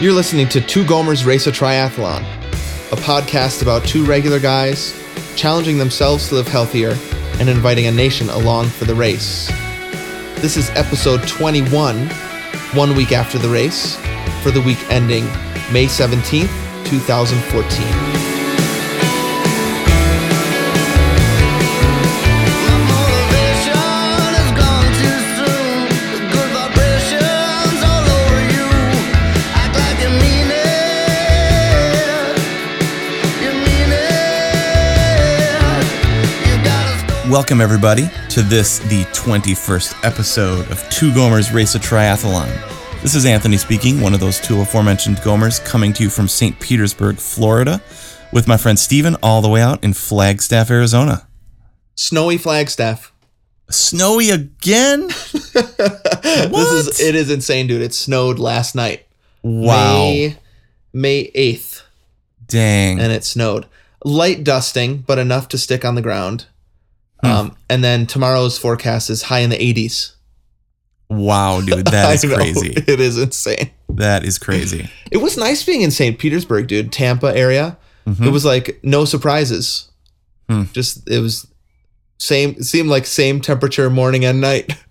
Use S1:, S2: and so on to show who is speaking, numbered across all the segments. S1: You're listening to Two Gomers Race a Triathlon, a podcast about two regular guys challenging themselves to live healthier and inviting a nation along for the race. This is episode 21, one week after the race, for the week ending May 17th, 2014.
S2: Welcome, everybody, to this, the 21st episode of Two Gomers Race a Triathlon. This is Anthony speaking, one of those two aforementioned Gomers, coming to you from St. Petersburg, Florida, with my friend Steven, all the way out in Flagstaff, Arizona.
S1: Snowy Flagstaff.
S2: Snowy again?
S1: This is it is insane, dude. It snowed last night.
S2: wow.
S1: May, May 8th.
S2: Dang.
S1: and it snowed. Light dusting, but enough to stick on the ground.
S2: Hmm.
S1: Um, and then tomorrow's forecast is high in the 80s.
S2: wow, dude. That is
S1: I know,
S2: crazy.
S1: It is insane.
S2: That is crazy.
S1: It was nice being in St. Petersburg, dude, Tampa area.
S2: Mm-hmm.
S1: It was like no surprises.
S2: Hmm.
S1: Just it was same it seemed like same temperature morning and night.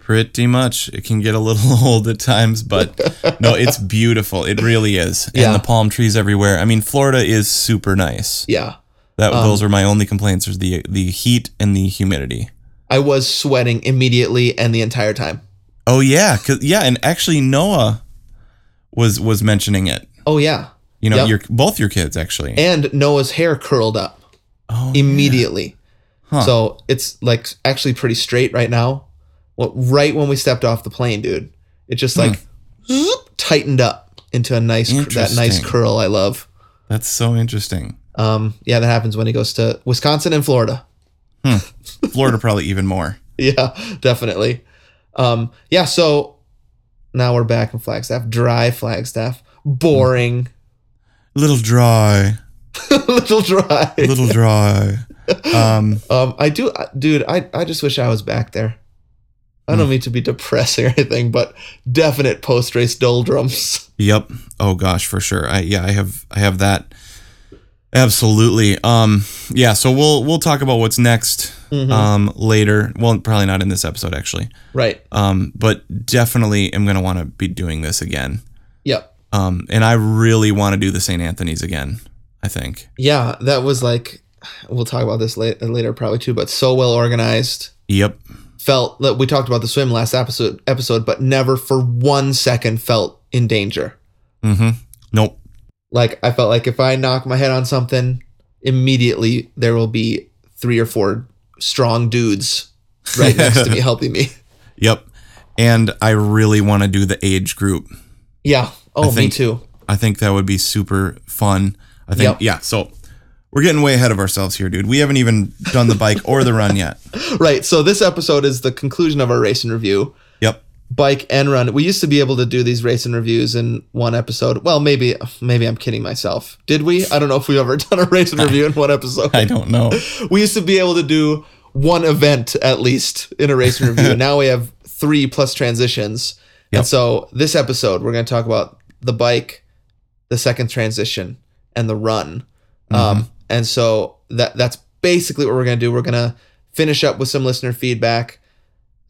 S2: Pretty much. It can get a little old at times, but no, it's beautiful. It really is.
S1: Yeah.
S2: And the palm trees everywhere. I mean, Florida is super nice.
S1: Yeah.
S2: That
S1: Um,
S2: those are my only complaints: is the the heat and the humidity.
S1: I was sweating immediately and the entire time.
S2: Oh yeah, 'cause- yeah, and actually Noah was was mentioning it.
S1: Oh yeah.
S2: You know,
S1: Yep.
S2: your both your kids actually.
S1: And Noah's hair curled up.
S2: oh,
S1: immediately. So it's like actually pretty straight right now. Well, right when we stepped off the plane, dude, it just like zoop, tightened up into a nice cur- that nice
S2: Interesting.
S1: curl I love.
S2: that's so interesting.
S1: Um, yeah, that happens when he goes to Wisconsin and Florida.
S2: Florida probably even more.
S1: Yeah, definitely. Um, yeah, so now we're back in Flagstaff, dry Flagstaff, boring,
S2: Little dry,
S1: little dry.
S2: little dry. Um,
S1: Um, I do, I- dude. I, I just wish I was back there. I
S2: Hmm.
S1: don't mean to be depressing or anything, but definite post race doldrums.
S2: yep. Oh gosh, for sure. I yeah, I have I have that. Absolutely. Um, yeah. So we'll we'll talk about what's next um, later. Well, probably not in this episode actually.
S1: Right.
S2: um, but definitely am going to want to be doing this again.
S1: Yep.
S2: Um, and I really want to do the St. Anthony's again. I think.
S1: Yeah, that was like, we'll talk about this later, later probably too. But so well organized.
S2: Yep.
S1: Felt that we talked about the swim last episode episode, but never for one second felt in danger.
S2: Mm-hmm. Nope.
S1: Like I felt like if I knock my head on something, immediately there will be three or four strong dudes right next to me helping me.
S2: Yep. And I really want to do the age group.
S1: Yeah. Oh, me
S2: think-
S1: too.
S2: I think that would be super fun. I think.
S1: Yep.
S2: Yeah. So we're getting way ahead of ourselves here, dude. We haven't even done the bike or the run yet.
S1: Right. So this episode is the conclusion of our race and review.
S2: Yep.
S1: Bike and run. We used to be able to do these race and reviews in one episode. Well, maybe maybe I'm kidding myself. Did we? I don't know if we've ever done a race and review in one episode.
S2: I don't know.
S1: We used to be able to do one event at least in a race and review. now we have three plus transitions.
S2: Yep.
S1: And so this episode we're going to talk about the bike, the second transition, and the run. Um, and so that that's basically what we're going to do. We're going to finish up with some listener feedback.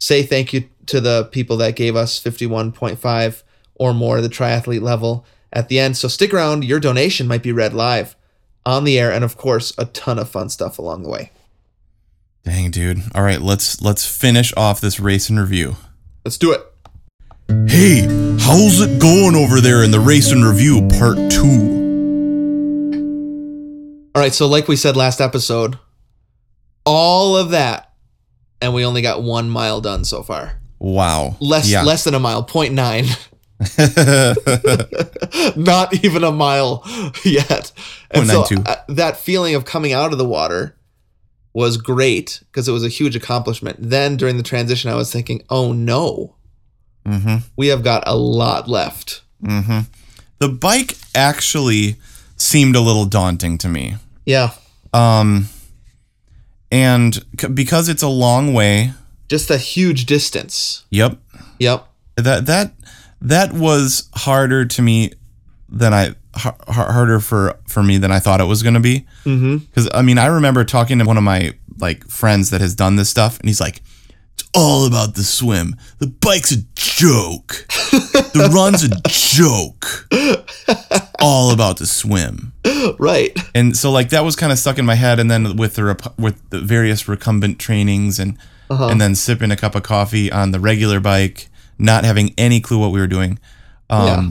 S1: Say thank you to the people that gave us 51.5 or more the triathlete level at the end. So stick around. Your donation might be read live on the air, and of course, a ton of fun stuff along the way.
S2: Dang, dude. All right. Let's let's finish off this race and review.
S1: Let's do it.
S2: Hey, how's it going over there in the race and review part two?
S1: All right. So, like we said last episode, all of that, and we only got one mile done so far.
S2: Wow.
S1: Less
S2: Yeah. Mm-hmm.
S1: less than a mile, 0.9. not even a mile yet. And so
S2: 0.92.
S1: uh, that feeling of coming out of the water was great because it was a huge accomplishment. Then during the transition, I was thinking, oh no,
S2: Mm-hmm.
S1: we have got a lot left.
S2: Mm-hmm. The bike actually seemed a little daunting to me.
S1: Yeah,
S2: Um, and c- because it's a long way.
S1: just a huge distance.
S2: Yep.
S1: Yep.
S2: That that that was harder to me than I har- har- harder for for me than I thought it was going to be.
S1: Mm-hmm.
S2: Because I mean, I remember talking to one of my like friends that has done this stuff, and he's like, "It's all about the swim. The bike's a joke. the run's a joke. It's all about the swim."
S1: Right.
S2: And so like that was kind of stuck in my head. And then with the rep- with the various recumbent trainings and
S1: Uh-huh.
S2: and then sipping a cup of coffee on the regular bike, not having any clue what we were doing. Um,
S1: Yeah.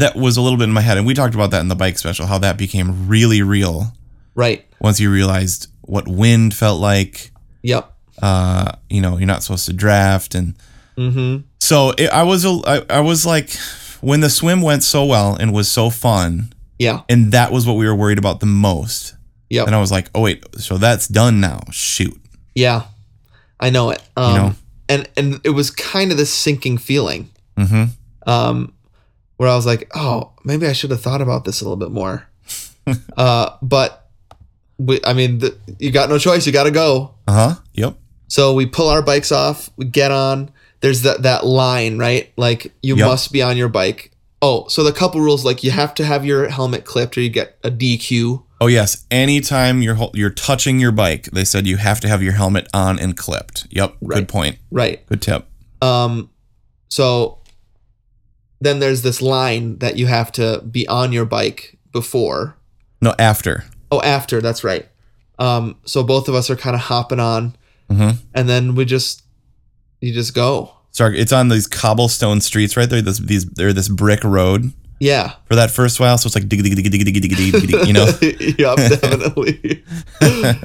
S2: That was a little bit in my head, and we talked about that in the bike special, how that became really real
S1: Right.
S2: once you realized what wind felt like.
S1: Yep.
S2: Uh, you know, you're not supposed to draft, and
S1: Mm-hmm.
S2: so it, I was, a, I, I was like, when the swim went so well and was so fun,
S1: Yeah.
S2: and that was what we were worried about the most.
S1: Yep.
S2: And I was like, oh wait, so that's done now. Shoot.
S1: Yeah. I know it. Um,
S2: know.
S1: And and it was kind of this sinking feeling.
S2: Mm-hmm.
S1: um, where I was like, oh, maybe I should have thought about this a little bit more. uh, but we, I mean, the, you got no choice. You got to go.
S2: Uh huh. Yep.
S1: So we pull our bikes off. We get on. There's that that line, right? Like you
S2: Yep.
S1: must be on your bike. Oh, so the couple rules like you have to have your helmet clipped or you get a DQ.
S2: Oh yes, anytime you're hol- you're touching your bike, they said you have to have your helmet on and clipped. Yep,
S1: Right.
S2: good point.
S1: Right.
S2: Good tip.
S1: Um, so then there's this line that you have to be on your bike before
S2: No, after.
S1: Oh, after that's right. Um, so both of us are kind of hopping on,
S2: Mhm.
S1: and then we just you just go.
S2: Sorry, it's on these cobblestone streets right there. This these they're this brick road
S1: Yeah.
S2: for that first while, so it's like dig dig dig dig dig dig dig dig, dig, you know.
S1: yep, definitely.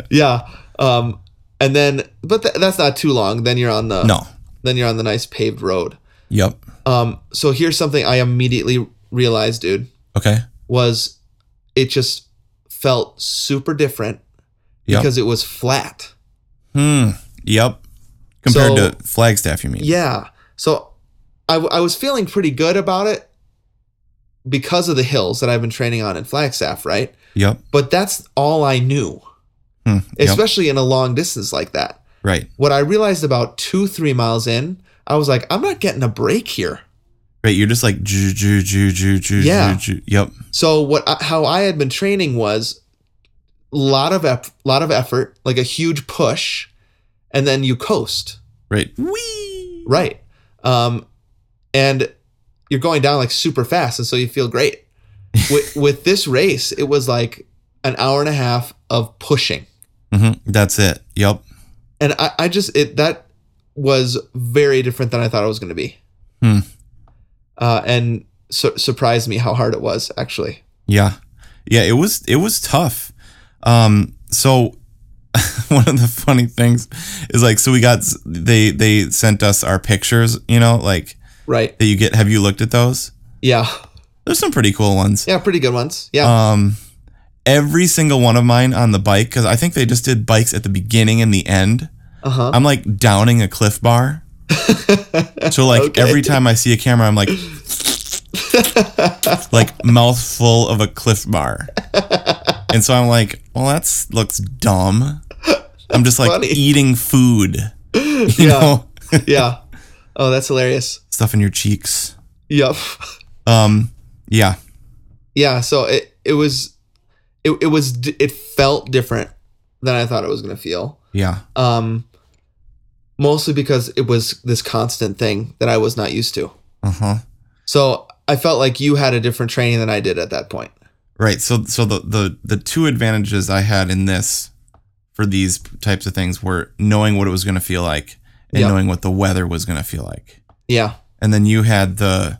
S1: yeah. Um, and then, but th- that's not too long. Then you're on the
S2: No.
S1: Then you're on the nice paved road.
S2: Yep.
S1: Um, so here's something I immediately realized, dude,
S2: Okay.
S1: was it just felt super different
S2: Yep.
S1: because it was flat.
S2: Hmm. Yep. Compared
S1: So-
S2: to Flagstaff, you mean?
S1: Yeah. So I, w- I was feeling pretty good about it because of the hills that I've been training on in Flagstaff, right?
S2: Yep.
S1: But that's all I knew,
S2: Hmm. Yep.
S1: especially in a long distance like that.
S2: Right.
S1: What I realized about two, three miles in, I was like, I'm not getting a break here.
S2: Right. You're just like ju ju ju ju ju
S1: Yeah.
S2: ju. ju. Yep.
S1: So what I, how I had been training was a lot of ep- lot of effort, like a huge push, and then you coast.
S2: Right. Wee.
S1: Right. Um, and you're going down like super fast, and so you feel great. with, with this race, it was like an hour and a half of pushing,
S2: Mm-hmm. That's it. Yep.
S1: and I, I just it that was very different than I thought it was going to be,
S2: Hmm.
S1: uh, and su- surprised me how hard it was actually.
S2: Yeah. Yeah, it was it was tough. Um so one of the funny things is like so we got they they sent us our pictures, you know, like
S1: Right?
S2: that you get have you looked at those?
S1: Yeah,
S2: There's some pretty cool ones.
S1: yeah, pretty good ones. Yeah,
S2: Um every single one of mine on the bike cuz I think they just did bikes at the beginning and the end.
S1: uh huh.
S2: I'm like downing a cliff bar. so like
S1: Okay.
S2: every time I see a camera I'm like like mouthful of a cliff bar. And so I'm like, well that's looks dumb. I'm just like
S1: funny.
S2: eating food. You
S1: Yeah.
S2: know,
S1: yeah. Oh, that's hilarious.
S2: stuff in your cheeks.
S1: Yup.
S2: Um yeah.
S1: yeah so it it was it, it was d- it felt different than i thought it was going to feel
S2: Yeah.
S1: um mostly because it was this constant thing that i was not used to
S2: Uh-huh.
S1: so i felt like you had a different training than i did at that point
S2: Right. So so the the the two advantages I had in this for these types of things were knowing what it was going to feel like and
S1: Yeah.
S2: knowing what the weather was going to feel like.
S1: yeah
S2: And then you had the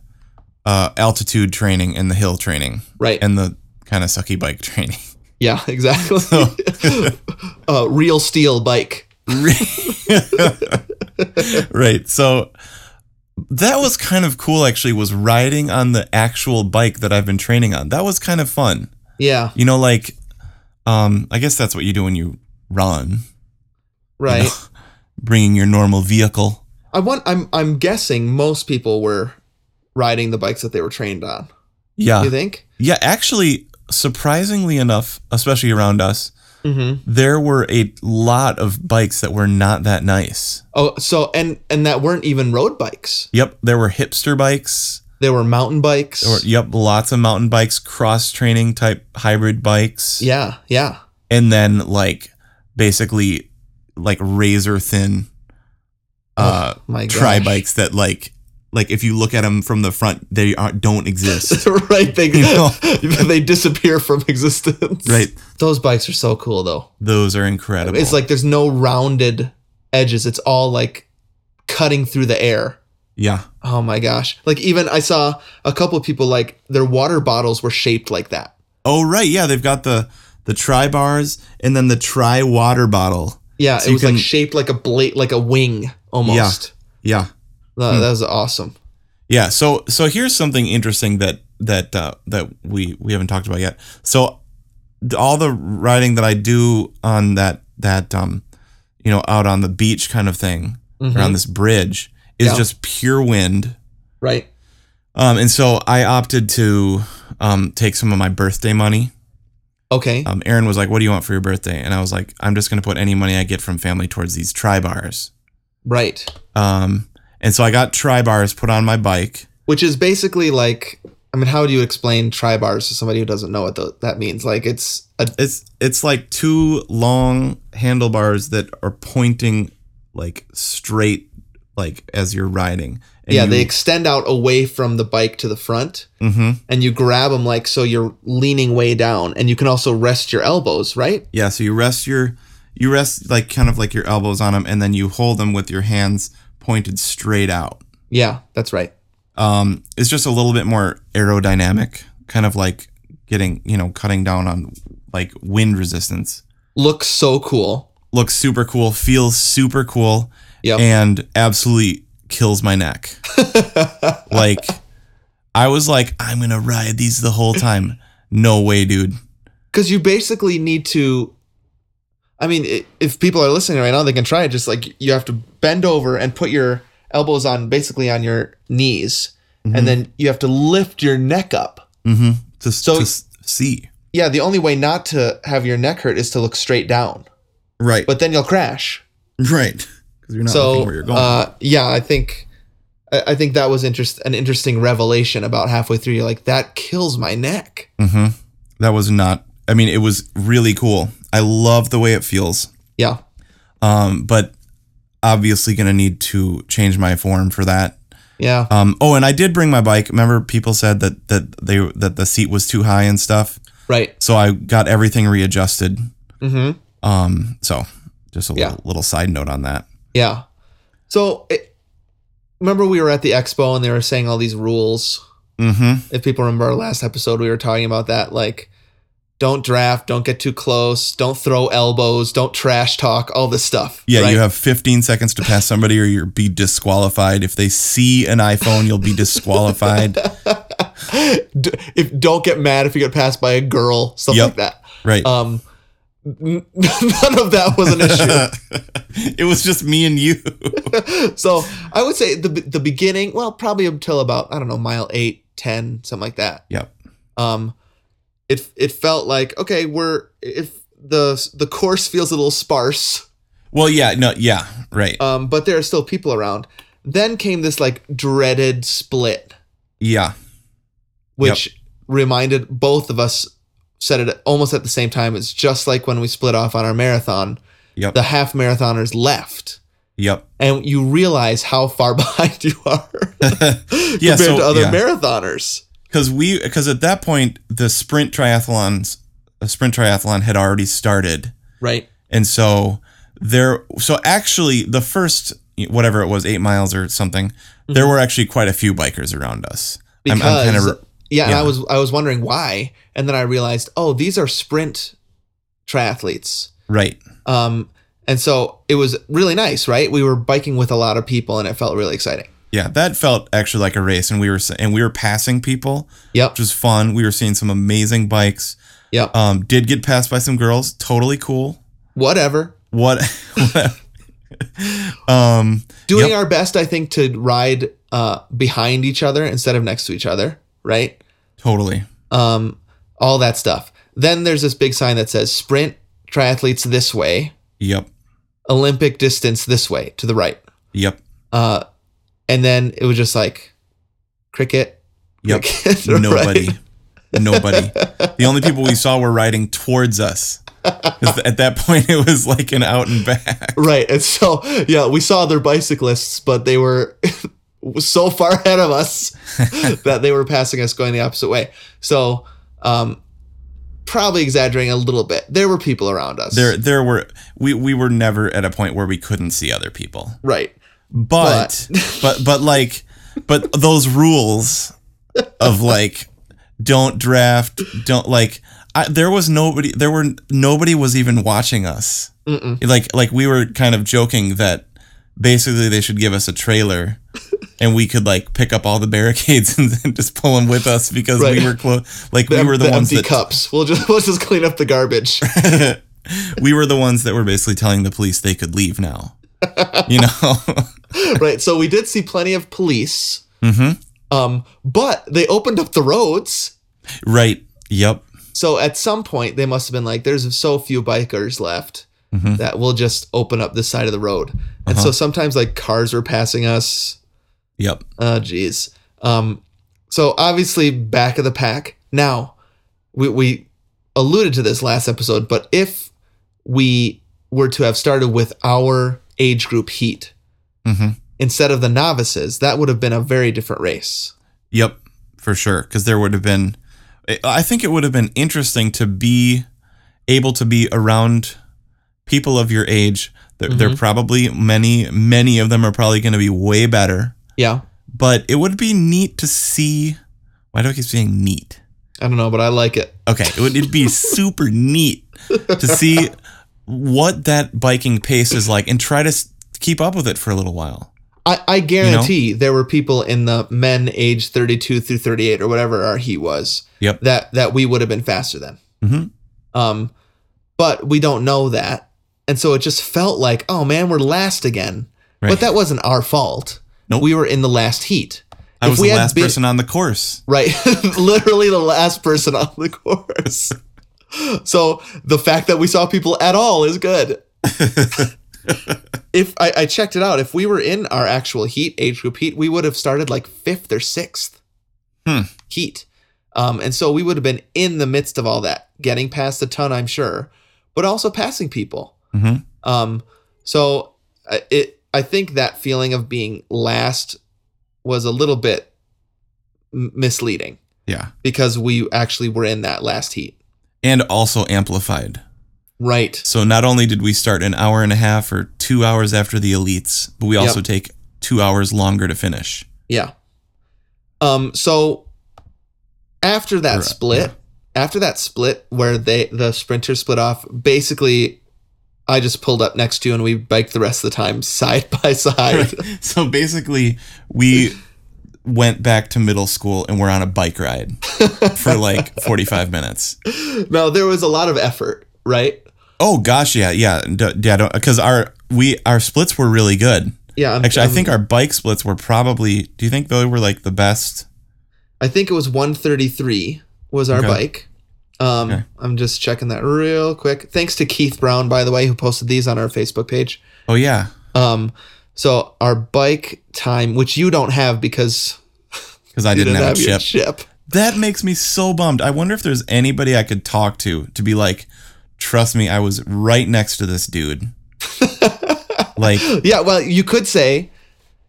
S2: uh, altitude training and the hill training
S1: right
S2: and the kind of sucky bike training.
S1: yeah exactly uh, real steel bike
S2: right. So that was kind of cool actually was riding on the actual bike that I've been training on. That was kind of fun.
S1: yeah
S2: You know like um I guess that's what you do when you run.
S1: right
S2: bringing your normal vehicle.
S1: i want i'm i'm guessing most people were riding the bikes that they were trained on you
S2: Yeah.
S1: think
S2: Yeah, actually, surprisingly enough, especially around us,
S1: mm-hmm
S2: there were a lot of bikes that were not that nice.
S1: oh so and and that weren't even road bikes
S2: Yep, there were hipster bikes.
S1: There were mountain bikes.
S2: Or, yep, lots of mountain bikes, cross training type hybrid bikes.
S1: yeah, yeah.
S2: and then like basically like razor thin uh
S1: Oh, my
S2: tri
S1: gosh.
S2: bikes that like like if you look at them from the front they aren't, don't exist
S1: right, they
S2: You know?
S1: they disappear from existence.
S2: right
S1: Those bikes are so cool though.
S2: those are incredible
S1: It's like there's no rounded edges. It's all like cutting through the air.
S2: yeah
S1: Oh my gosh. Like even I saw a couple of people like their water bottles were shaped like that.
S2: oh right yeah they've got the the tri bars and then the tri water bottle
S1: Yeah,
S2: So
S1: it
S2: you
S1: was
S2: can-
S1: like shaped like a blade like a wing almost.
S2: yeah Hmm.
S1: That, that was awesome.
S2: Yeah. So so here's something interesting that that uh, that we we haven't talked about yet. So d- all the riding that I do on that that um you know out on the beach kind of thing
S1: Mm-hmm.
S2: around this bridge is
S1: Yeah.
S2: just pure wind.
S1: Right.
S2: Um, and so I opted to um, take some of my birthday money.
S1: Okay.
S2: Um, Aaron was like, "What do you want for your birthday?" And I was like, "I'm just going to put any money I get from family towards these tri bars."
S1: right.
S2: Um, and so I got tri bars put on my bike.
S1: Which is basically like I mean, how do you explain tri bars to somebody who doesn't know what tho- that means? Like it's a
S2: It's it's like two long handlebars that are pointing like straight, like as you're riding. And
S1: yeah,
S2: you-
S1: they extend out away from the bike to the front,
S2: Mhm.
S1: and you grab them like so you're leaning way down, and you can also rest your elbows, right?
S2: Yeah, so you rest your you rest like kind of like your elbows on them, and then you hold them with your hands pointed straight out.
S1: Yeah, that's right.
S2: Um, it's just a little bit more aerodynamic, kind of like getting you know cutting down on like wind resistance.
S1: Looks so cool.
S2: Looks super cool, feels super cool.
S1: Yep.
S2: and absolutely kills my neck. like I was like, I'm gonna ride these the whole time. No way, dude.
S1: because you basically need to i mean i- if people are listening right now they can try it just like you have to bend over and put your elbows on basically on your knees and then you have to lift your neck up
S2: Mm-hmm. To, so,
S1: So-
S2: to s- see.
S1: yeah the only way not to have your neck hurt is to look straight down
S2: Right.
S1: but then you'll crash
S2: right. Because you're not
S1: so
S2: looking where you're going.
S1: uh, yeah i think I I think that was interest an interesting revelation about halfway through. You're like, that kills my neck.
S2: hmm That was not. I mean, it was really cool. I love the way it feels.
S1: Yeah,
S2: Um, but obviously gonna need to change my form for that.
S1: yeah,
S2: Um, oh, and I did bring my bike. Remember, people said that that they that the seat was too high and stuff.
S1: right.
S2: So I got everything readjusted.
S1: hmm
S2: Um, so just a
S1: Yeah.
S2: little, little side note on that.
S1: Yeah. So it, remember we were at the expo and they were saying all these rules.
S2: Mm-hmm.
S1: If people remember our last episode, we were talking about that like don't draft, don't get too close, don't throw elbows, don't trash talk, all this stuff.
S2: Yeah,
S1: right?
S2: you have 15 seconds to pass somebody, or you'll be disqualified. If they see an iPhone, you'll be disqualified.
S1: D- if don't get mad if you get passed by a girl, stuff
S2: Yep.
S1: like that.
S2: Right.
S1: Um n- none of that was an issue.
S2: it was just me and you.
S1: so I would say the the beginning, well, probably until about I don't know mile eight, ten, something like that.
S2: Yep.
S1: Um, it it felt like okay, we're if the the course feels a little sparse,
S2: Well, yeah, no, yeah, right.
S1: um, but there are still people around. Then came this like dreaded split,
S2: yeah,
S1: which reminded both of us said it almost at the same time. It's just like when we split off on our marathon.
S2: Yep.
S1: The half marathoners left.
S2: yep.
S1: And you realize how far behind you are compared
S2: Yeah, so-
S1: to other
S2: yeah.
S1: marathoners.
S2: Because we, because at that point, the sprint triathlons, a sprint triathlon had already started.
S1: Right.
S2: And so there so actually the first whatever it was 8 miles or something there were actually quite a few bikers around us.
S1: Mm-hmm. because
S2: kinda re-
S1: yeah, and
S2: yeah.
S1: I was I was wondering why, and then I realized oh these are sprint triathletes,
S2: right.
S1: um, and so it was really nice, right? We were biking with a lot of people, and it felt really exciting.
S2: Yeah, that felt actually like a race and we were s- and we were passing people,
S1: Yep,
S2: which was fun. We were seeing some amazing bikes.
S1: yep,
S2: Um did get passed by some girls, totally cool.
S1: whatever.
S2: What um
S1: Doing
S2: Yep.
S1: our best, I think, to ride uh, behind each other instead of next to each other, right?
S2: totally.
S1: Um, all that stuff. Then there's this big sign that says sprint triathletes this way,
S2: Yep.
S1: Olympic distance this way to the right.
S2: Yep.
S1: Uh, and then it was just like cricket,
S2: Yep.
S1: kids are
S2: Nobody.
S1: right.
S2: Nobody. The only people we saw were riding towards us. 'Cause At that point, it was like an out and back.
S1: Right. And so, yeah, we saw their bicyclists, but they were so far ahead of us that they were passing us going the opposite way. So, um, probably exaggerating a little bit. There were people around us.
S2: There, there were we we were never at a point where we couldn't see other people.
S1: Right.
S2: but but but like but those rules of like don't draft don't like I, there was nobody there were nobody was even watching us
S1: Mm-mm.
S2: like like we were kind of joking that basically they should give us a trailer and we could like pick up all the barricades and then just pull them with us because
S1: Right.
S2: we were close like
S1: The,
S2: we were the,
S1: the
S2: ones
S1: empty
S2: that
S1: cups. We'll just we'll just clean up the garbage.
S2: we were the ones that were basically telling the police they could leave now you know
S1: right. So we did see plenty of police.
S2: hmm
S1: Um, but they opened up the roads.
S2: right yep
S1: So at some point they must have been like, there's so few bikers left
S2: Mhm.
S1: that we'll just open up this side of the road. And so
S2: Uh-huh.
S1: sometimes like cars were passing us.
S2: yep
S1: Oh geez. Um, so obviously back of the pack. Now we we alluded to this last episode, but if we were to have started with our age group heat
S2: hmm
S1: instead of the novices, that would have been a very different race.
S2: Yep, for sure. Because there would have been, I- I think it would have been interesting to be able to be around people of your age. There, They're
S1: Mm-hmm.
S2: probably many, many of them are probably going to be way better.
S1: Yeah.
S2: But it would be neat to see. Why do I keep saying neat?
S1: I don't know, but I like it.
S2: Okay, it would it'd be super neat to see what that biking pace is like and try to s- keep up with it for a little while.
S1: I, I guarantee there were people in the men age 32 through 38 or whatever our he was
S2: Yep.
S1: that that we would have been faster than.
S2: Mhm.
S1: Um, but we don't know that, and so it just felt like, oh man, we're last again.
S2: Right.
S1: But that wasn't our fault.
S2: Nope.
S1: We were in the last heat.
S2: I
S1: if
S2: was
S1: we
S2: the
S1: had
S2: last
S1: been-
S2: person on the course.
S1: Right, literally the last person on the course. so the fact that we saw people at all is good. if I, I checked it out, if we were in our actual heat age group heat, we would have started like fifth or sixth
S2: Hmm.
S1: heat, um, and so we would have been in the midst of all that, getting past a ton, I'm sure, but also passing people.
S2: hmm
S1: Um, so I- it, I think that feeling of being last was a little bit m- misleading
S2: Yeah,
S1: because we actually were in that last heat.
S2: and also amplified.
S1: Right.
S2: So not only did we start an hour and a half or two hours after the elites, but we
S1: Yep.
S2: also take two hours longer to finish.
S1: Yeah. Um. So after that
S2: Right,
S1: split, after that split where they the sprinters split off, basically, I just pulled up next to you and we biked the rest of the time side by side.
S2: so basically, we went back to middle school and we're on a bike ride for like 45 minutes.
S1: no, there was a lot of effort. Right.
S2: Oh gosh, yeah, yeah, d- yeah, because our we our splits were really good.
S1: Yeah. I'm-
S2: Actually, I
S1: I'm-
S2: think our bike splits were probably. Do you think they were like the best?
S1: I think it was 133 was our
S2: Okay.
S1: bike. Um,
S2: Okay.
S1: I'm just checking that real quick. Thanks to Keith Brown, by the way, who posted these on our Facebook page.
S2: Oh yeah,
S1: Um, so our bike time, which you don't have because
S2: because I
S1: you
S2: didn't, have, a
S1: your
S2: chip.
S1: chip.
S2: That makes me so bummed. I wonder if there's anybody I could talk to to be like, trust me, I was right next to this dude. like,
S1: Yeah, well, you could say,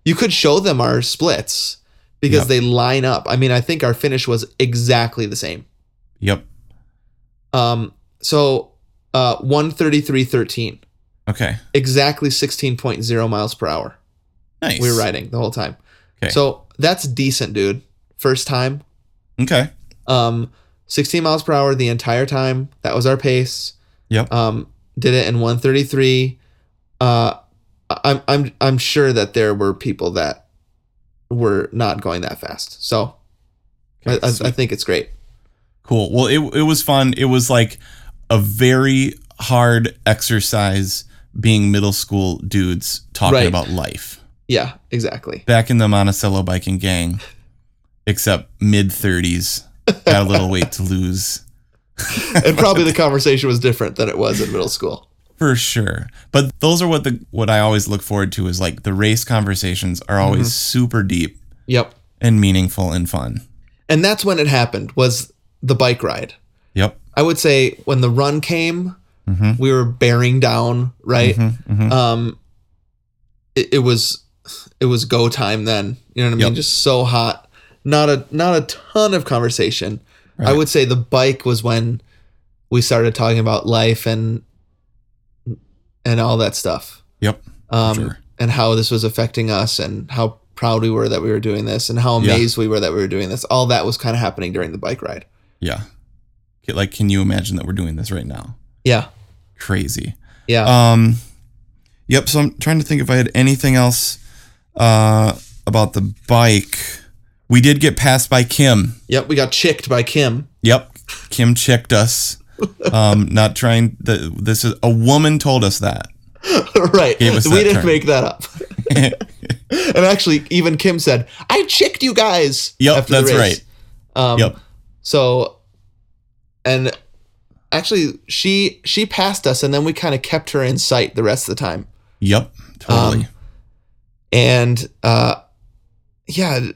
S1: you could show them our splits because
S2: Yep.
S1: they line up. I mean, I think our finish was exactly the same.
S2: yep.
S1: Um, so uh, 133.13,
S2: Okay.
S1: exactly 16.0 miles per hour.
S2: Nice.
S1: we were riding the whole time.
S2: Okay.
S1: So that's decent, dude. First time.
S2: Okay.
S1: Um, 16 miles per hour the entire time. That was our pace.
S2: Yep.
S1: Um, did it in 133. Uh, I- I'm I'm I'm sure that there were people that were not going that fast. So I,
S2: Okay,
S1: I, I
S2: sweet.
S1: think it's great.
S2: cool. Well, it, it was fun. It was like a very hard exercise being middle school dudes talking
S1: Right.
S2: about life.
S1: Yeah, exactly.
S2: Back in the Monticello biking gang, except mid 30s. Got a little weight to lose.
S1: and probably the conversation was different than it was in middle school.
S2: For sure. But those are what the what I always look forward to is like the race conversations are always super deep
S1: Yep.
S2: and meaningful and fun.
S1: and that's when it happened was the bike ride.
S2: Yep. Mm-hmm.
S1: I would say when the run came, we were bearing down, right? Um, it, it was it was go time then. You know what I mean?
S2: Yep.
S1: Just so hot. Not a not a ton of conversation. I
S2: Right.
S1: would say the bike was when we started talking about life and and all that stuff.
S2: Yep.
S1: Um,
S2: Sure.
S1: and how this was affecting us and how proud we were that we were doing this and how
S2: Yeah.
S1: amazed we were that we were doing this. All that was kind of happening during the bike ride.
S2: Yeah. Okay, Like, can you imagine that we're doing this right now?
S1: Yeah.
S2: Crazy.
S1: Yeah.
S2: Um, yep. So I'm trying to think if I had anything else uh, about the bike. We did get passed by Kim.
S1: Yep, we got chicked by Kim.
S2: Yep, Kim checked us. Um, not trying. The, this is a woman told us that.
S1: right.
S2: Gave us
S1: we
S2: that
S1: didn't
S2: turn.
S1: make that up. and actually, even Kim said, I chicked you guys.
S2: Yep,
S1: the
S2: that's
S1: race." Um,
S2: Yep.
S1: So, and actually, she she passed us, and then we kind of kept her in sight the rest of the time.
S2: Yep. Totally.
S1: Um, And uh, yeah,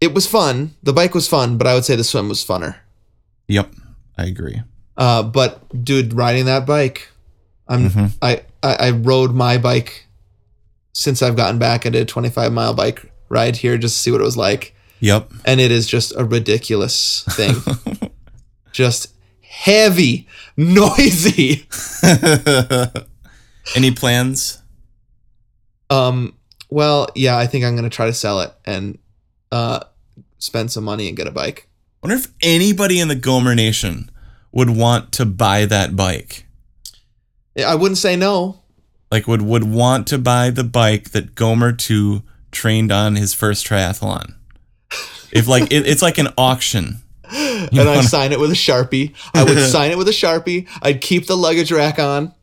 S1: it was fun. The bike was fun, but I would say the swim was funner.
S2: yep. I agree.
S1: Uh, but dude, riding that bike, I'm
S2: Mhm.
S1: I, I I rode my bike since I've gotten back. I did a 25 mile bike ride here just to see what it was like,
S2: Yep.
S1: and it is just a ridiculous thing. just heavy, noisy.
S2: Any plans?
S1: Um, well, yeah, I think I'm gonna try to sell it and uh, spend some money and get a bike.
S2: Wonder if anybody in the Gomer Nation would want to buy that bike.
S1: I wouldn't say no.
S2: Like would would want to buy the bike that Gomer two trained on his first triathlon. If like it, it's like an auction.
S1: and I'd sign it with a sharpie. I would sign it with a sharpie. I'd keep the luggage rack on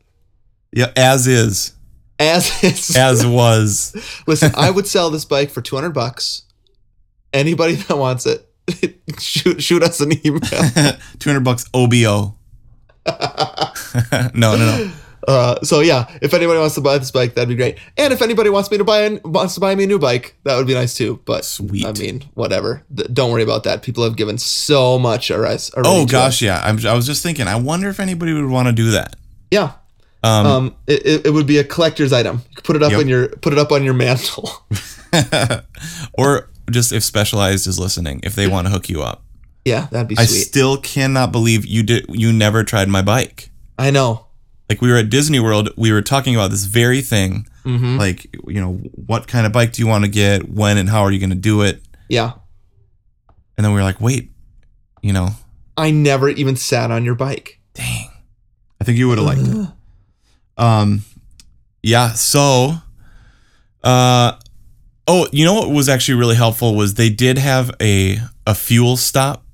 S2: Yeah, as is,
S1: as is.
S2: as was.
S1: Listen, I would sell this bike for 200 bucks. Anybody that wants it, shoot, shoot us an email.
S2: 200 bucks OBO. no, no, no.
S1: Uh, so yeah, if anybody wants to buy this bike, that'd be great. And if anybody wants me to buy an, wants to buy me a new bike, that would be nice too. But
S2: Sweet.
S1: I mean, whatever. Th- don't worry about that. People have given so much already.
S2: Oh
S1: to us.
S2: gosh, yeah. I'm, I was just thinking. I wonder if anybody would want to do that.
S1: yeah.
S2: Um,
S1: Um, it, it, it would be a collector's item. You could put it up
S2: Yep.
S1: on your put it up on your mantle.
S2: or just if Specialized is listening, if they want to hook you up.
S1: yeah, that'd be
S2: I
S1: sweet.
S2: still cannot believe you did. You never tried my bike.
S1: I know.
S2: Like we were at Disney World, we were talking about this very thing.
S1: hmm
S2: Like you know, what kind of bike do you want to get? When and how are you going to do it?
S1: Yeah,
S2: And then we were like, wait, you know,
S1: I never even sat on your bike.
S2: Dang. I think you would have liked it. Um yeah, so uh oh, you know what was actually really helpful was they did have a a fuel stop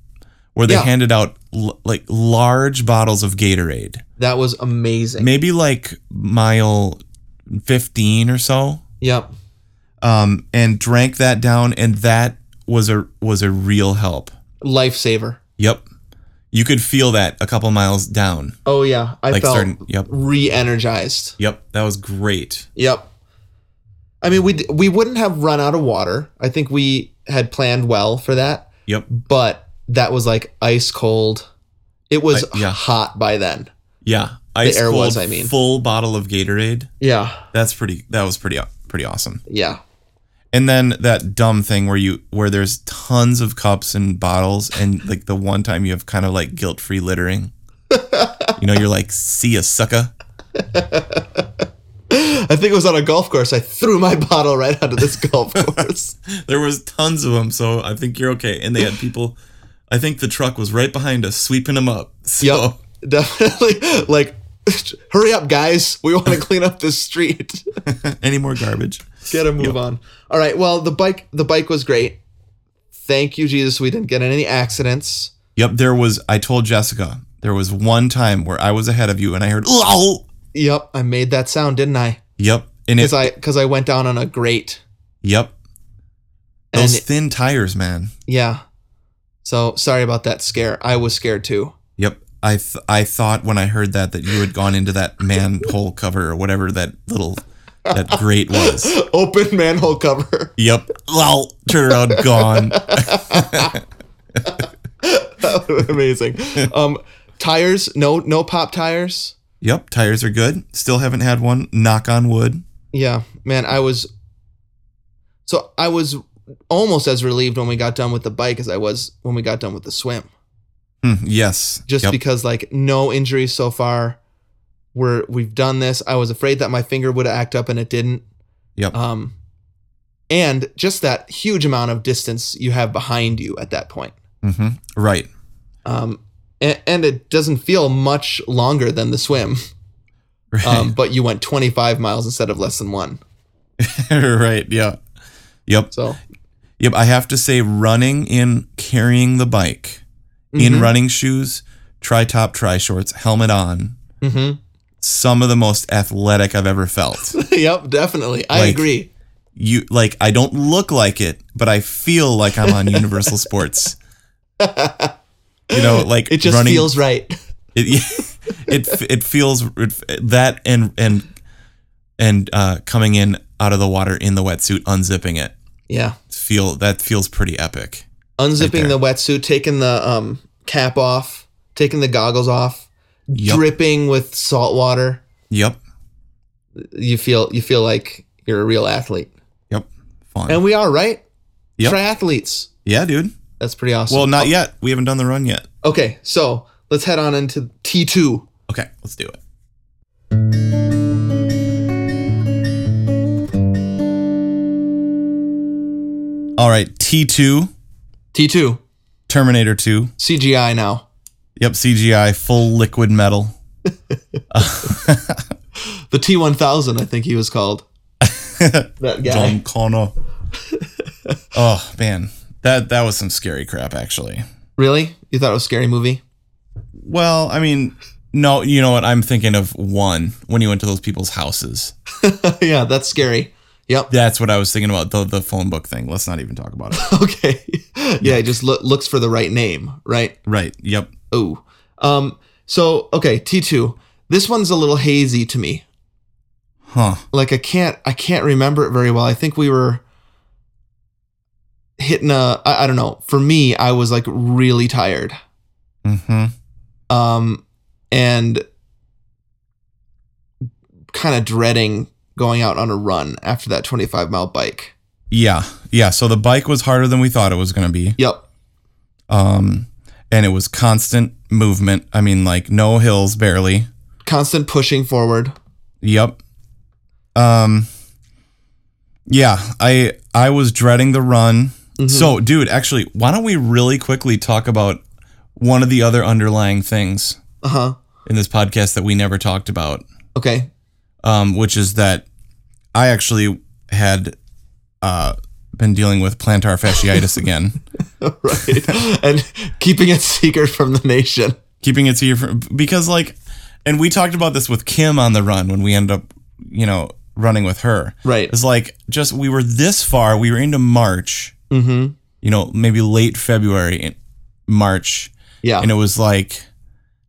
S2: where they
S1: Yeah.
S2: handed out l- like large bottles of Gatorade.
S1: That was amazing.
S2: Maybe like mile 15 or so.
S1: Yep.
S2: Um and drank that down and that was a was a real help.
S1: lifesaver.
S2: Yep. You could feel that a couple miles down.
S1: Oh yeah, I
S2: Like
S1: felt
S2: starting yep.
S1: re-energized.
S2: Yep, that was great.
S1: Yep. I mean, we d- we wouldn't have run out of water. I think we had planned well for that,
S2: Yep.
S1: but that was like ice cold. It was
S2: I- yeah.
S1: hot by then.
S2: Yeah. Ice
S1: air
S2: cold,
S1: was, I mean.
S2: full bottle of Gatorade.
S1: Yeah.
S2: That's pretty. That was pretty. Pretty awesome.
S1: Yeah.
S2: And then that dumb thing where you where there's tons of cups and bottles, and like the one time you have kind of like guilt free littering. you know, you're like, see a sucker.
S1: I think it was on a golf course. I threw my bottle right onto this golf course.
S2: There was tons of them, so I think you're okay. And they had people. I think the truck was right behind us sweeping them up. So,
S1: Yep. Definitely. Like, hurry up, guys. We want to clean up this street.
S2: Any more garbage?
S1: Get a move on. All right. Well, the bike the bike was great. Thank you, Jesus. We didn't get in any accidents.
S2: Yep. There was. I told Jessica there was one time where I was ahead of you, and I heard. "Ow!"
S1: Yep, I made that sound, didn't I?
S2: Yep. And it
S1: Because I because I went down on a grate.
S2: Yep.
S1: And
S2: Those
S1: it-
S2: thin tires, man.
S1: Yeah. So sorry about that scare. I was scared too.
S2: Yep. I th- I thought when I heard that that you had gone into that manhole cover or whatever that little that grate was.
S1: Open manhole cover.
S2: Yep. Well, turn around, gone.
S1: amazing. Um, tires, no, no pop tires.
S2: Yep, tires are good. Still haven't had one. Knock on wood.
S1: Yeah, man, I was. So I was almost as relieved when we got done with the bike as I was when we got done with the swim,
S2: Hmm, yes.
S1: just
S2: Yep.
S1: because like no injuries so far. We're we've done this. I was afraid that my finger would act up and it didn't.
S2: Yep.
S1: Um, and just that huge amount of distance you have behind you at that point.
S2: hmm Right.
S1: Um, and, and it doesn't feel much longer than the swim.
S2: Right.
S1: Um, but you went 25 miles instead of less than one.
S2: right. Yeah. Yep.
S1: So
S2: Yep. I have to say, running in carrying the bike
S1: Mm-hmm.
S2: in running shoes, tri top, tri shorts, helmet on.
S1: hmm
S2: Some of the most athletic I've ever felt.
S1: yep, definitely. I
S2: Like-
S1: agree.
S2: you like I don't look like it, but I feel like I'm on Universal Sports. You know, like
S1: It just
S2: running,
S1: feels right.
S2: it, it f- it feels it, f- that and and and uh, coming in out of the water in the wetsuit, unzipping it
S1: Yeah.
S2: feel that feels pretty epic.
S1: Unzipping
S2: there.
S1: the wetsuit, taking the um, cap off, taking the goggles off,
S2: Yep.
S1: dripping with salt water.
S2: Yep,
S1: You feel you feel like you're a real athlete.
S2: yep, fun.
S1: And we are, right?
S2: Yep.
S1: Triathletes.
S2: yeah, dude.
S1: That's pretty awesome. Oh,
S2: Well, not yet. We haven't done the run yet.
S1: okay, so let's head on into T2.
S2: Okay, let's do it. All right, T2,
S1: T2,
S2: Terminator 2.
S1: CGI now.
S2: Yep, CGI, full liquid metal.
S1: The T1000, I think he was called. that guy.
S2: John Connor. oh, man. That that was some scary crap actually.
S1: Really? You thought it was a scary movie?
S2: Well, I mean, no, you know what? I'm thinking of one when you went to those people's houses.
S1: yeah, that's scary. Yep.
S2: That's what I was thinking about. The the phone book thing. Let's not even talk about it.
S1: Okay. yeah, it just loo- looks for the right name, right?
S2: right. Yep.
S1: Ooh. Um. So okay, T2. This one's a little hazy to me.
S2: Huh.
S1: Like I can't, I can't remember it very well. I think we were hitting a. I, I don't know. For me, I was like really tired.
S2: Mhm.
S1: um, and kind of dreading going out on a run after that 25 mile bike.
S2: Yeah. Yeah. So the bike was harder than we thought it was going to be.
S1: Yep.
S2: Um, and it was constant movement. I mean, like no hills, barely.
S1: Constant pushing forward.
S2: Yep. Um, yeah. I I was dreading the run.
S1: Mm-hmm.
S2: So, dude, actually, why don't we really quickly talk about one of the other underlying things
S1: Uh huh.
S2: in this podcast that we never talked about?
S1: Okay.
S2: um, which is that I actually had uh, been dealing with plantar fasciitis again,
S1: right. and keeping it secret from the nation.
S2: keeping it to your because like, and we talked about this with Kim on the run when we end up, you know, running with her.
S1: Right.
S2: It's like just we were this far, we were into March,
S1: Mm hmm.
S2: you know, maybe late February, in- March,
S1: Yeah.
S2: and it was like,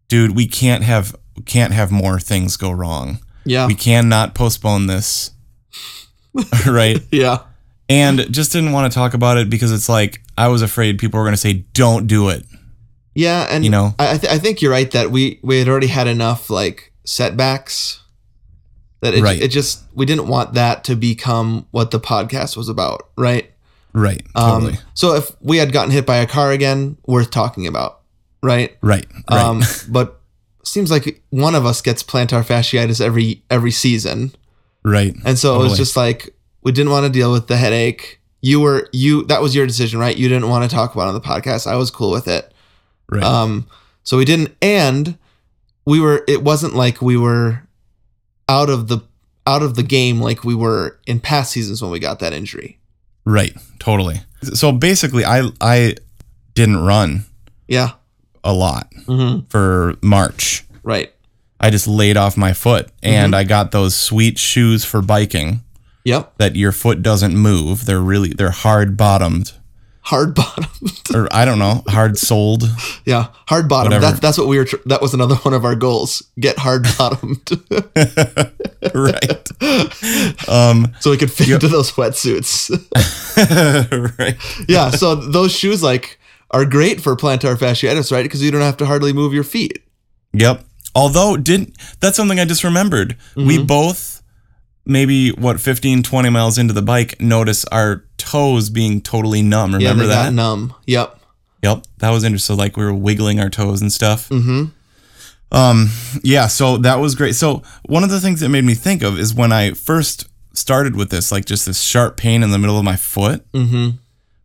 S2: dude, we can't have can't have more things go wrong.
S1: yeah.
S2: We cannot postpone this. right?
S1: yeah.
S2: and just didn't want to talk about it because it's like I was afraid people were going to say don't do it.
S1: Yeah. And
S2: You know.
S1: I, I, th- I think you're right that we, we had already had enough like setbacks that it,
S2: Right.
S1: it just, we didn't want that to become what the podcast was about. Right.
S2: Right.
S1: Um,
S2: Totally.
S1: So if we had gotten hit by a car again, worth talking about, right?
S2: right. Right.
S1: Um, but seems like one of us gets plantar fasciitis every every season,
S2: right.
S1: and so it was
S2: Totally.
S1: just like we didn't want to deal with the headache. You were you that was your decision, right? You didn't want to talk about it on the podcast. I was cool with it.
S2: Right.
S1: Um, so we didn't, and we were. It wasn't like we were out of the out of the game like we were in past seasons when we got that injury.
S2: right. Totally. So basically, I I didn't run
S1: Yeah.
S2: a lot
S1: hmm
S2: Mm-hmm. for March.
S1: Right.
S2: I just laid off my foot, and
S1: Mm-hmm.
S2: I got those sweet shoes for biking
S1: Yep.
S2: that your foot doesn't move. They're really they're hard bottomed,
S1: hard bottom.
S2: or I don't know, hard soled.
S1: yeah, hard bottom.
S2: Whatever.
S1: That's that's what we were. Tr- that was another one of our goals. Get hard bottomed
S2: right. Um.
S1: so we could fit into those wetsuits.
S2: right.
S1: yeah. So those shoes, like are great for plantar fasciitis, right? Because you don't have to hardly move your feet.
S2: Yep. Although didn't that's something I just remembered. We
S1: Mhm.
S2: both maybe what 15 20 miles into the bike notice our toes being totally numb. Remember
S1: yeah, they
S2: that?
S1: got numb. Yep.
S2: Yep. That was interesting. So like we were wiggling our toes and stuff.
S1: Mm-hmm.
S2: Um, yeah, so that was great. So one of the things that made me think of is when I first started with this, like just this sharp pain in the middle of my foot,
S1: Mm-hmm.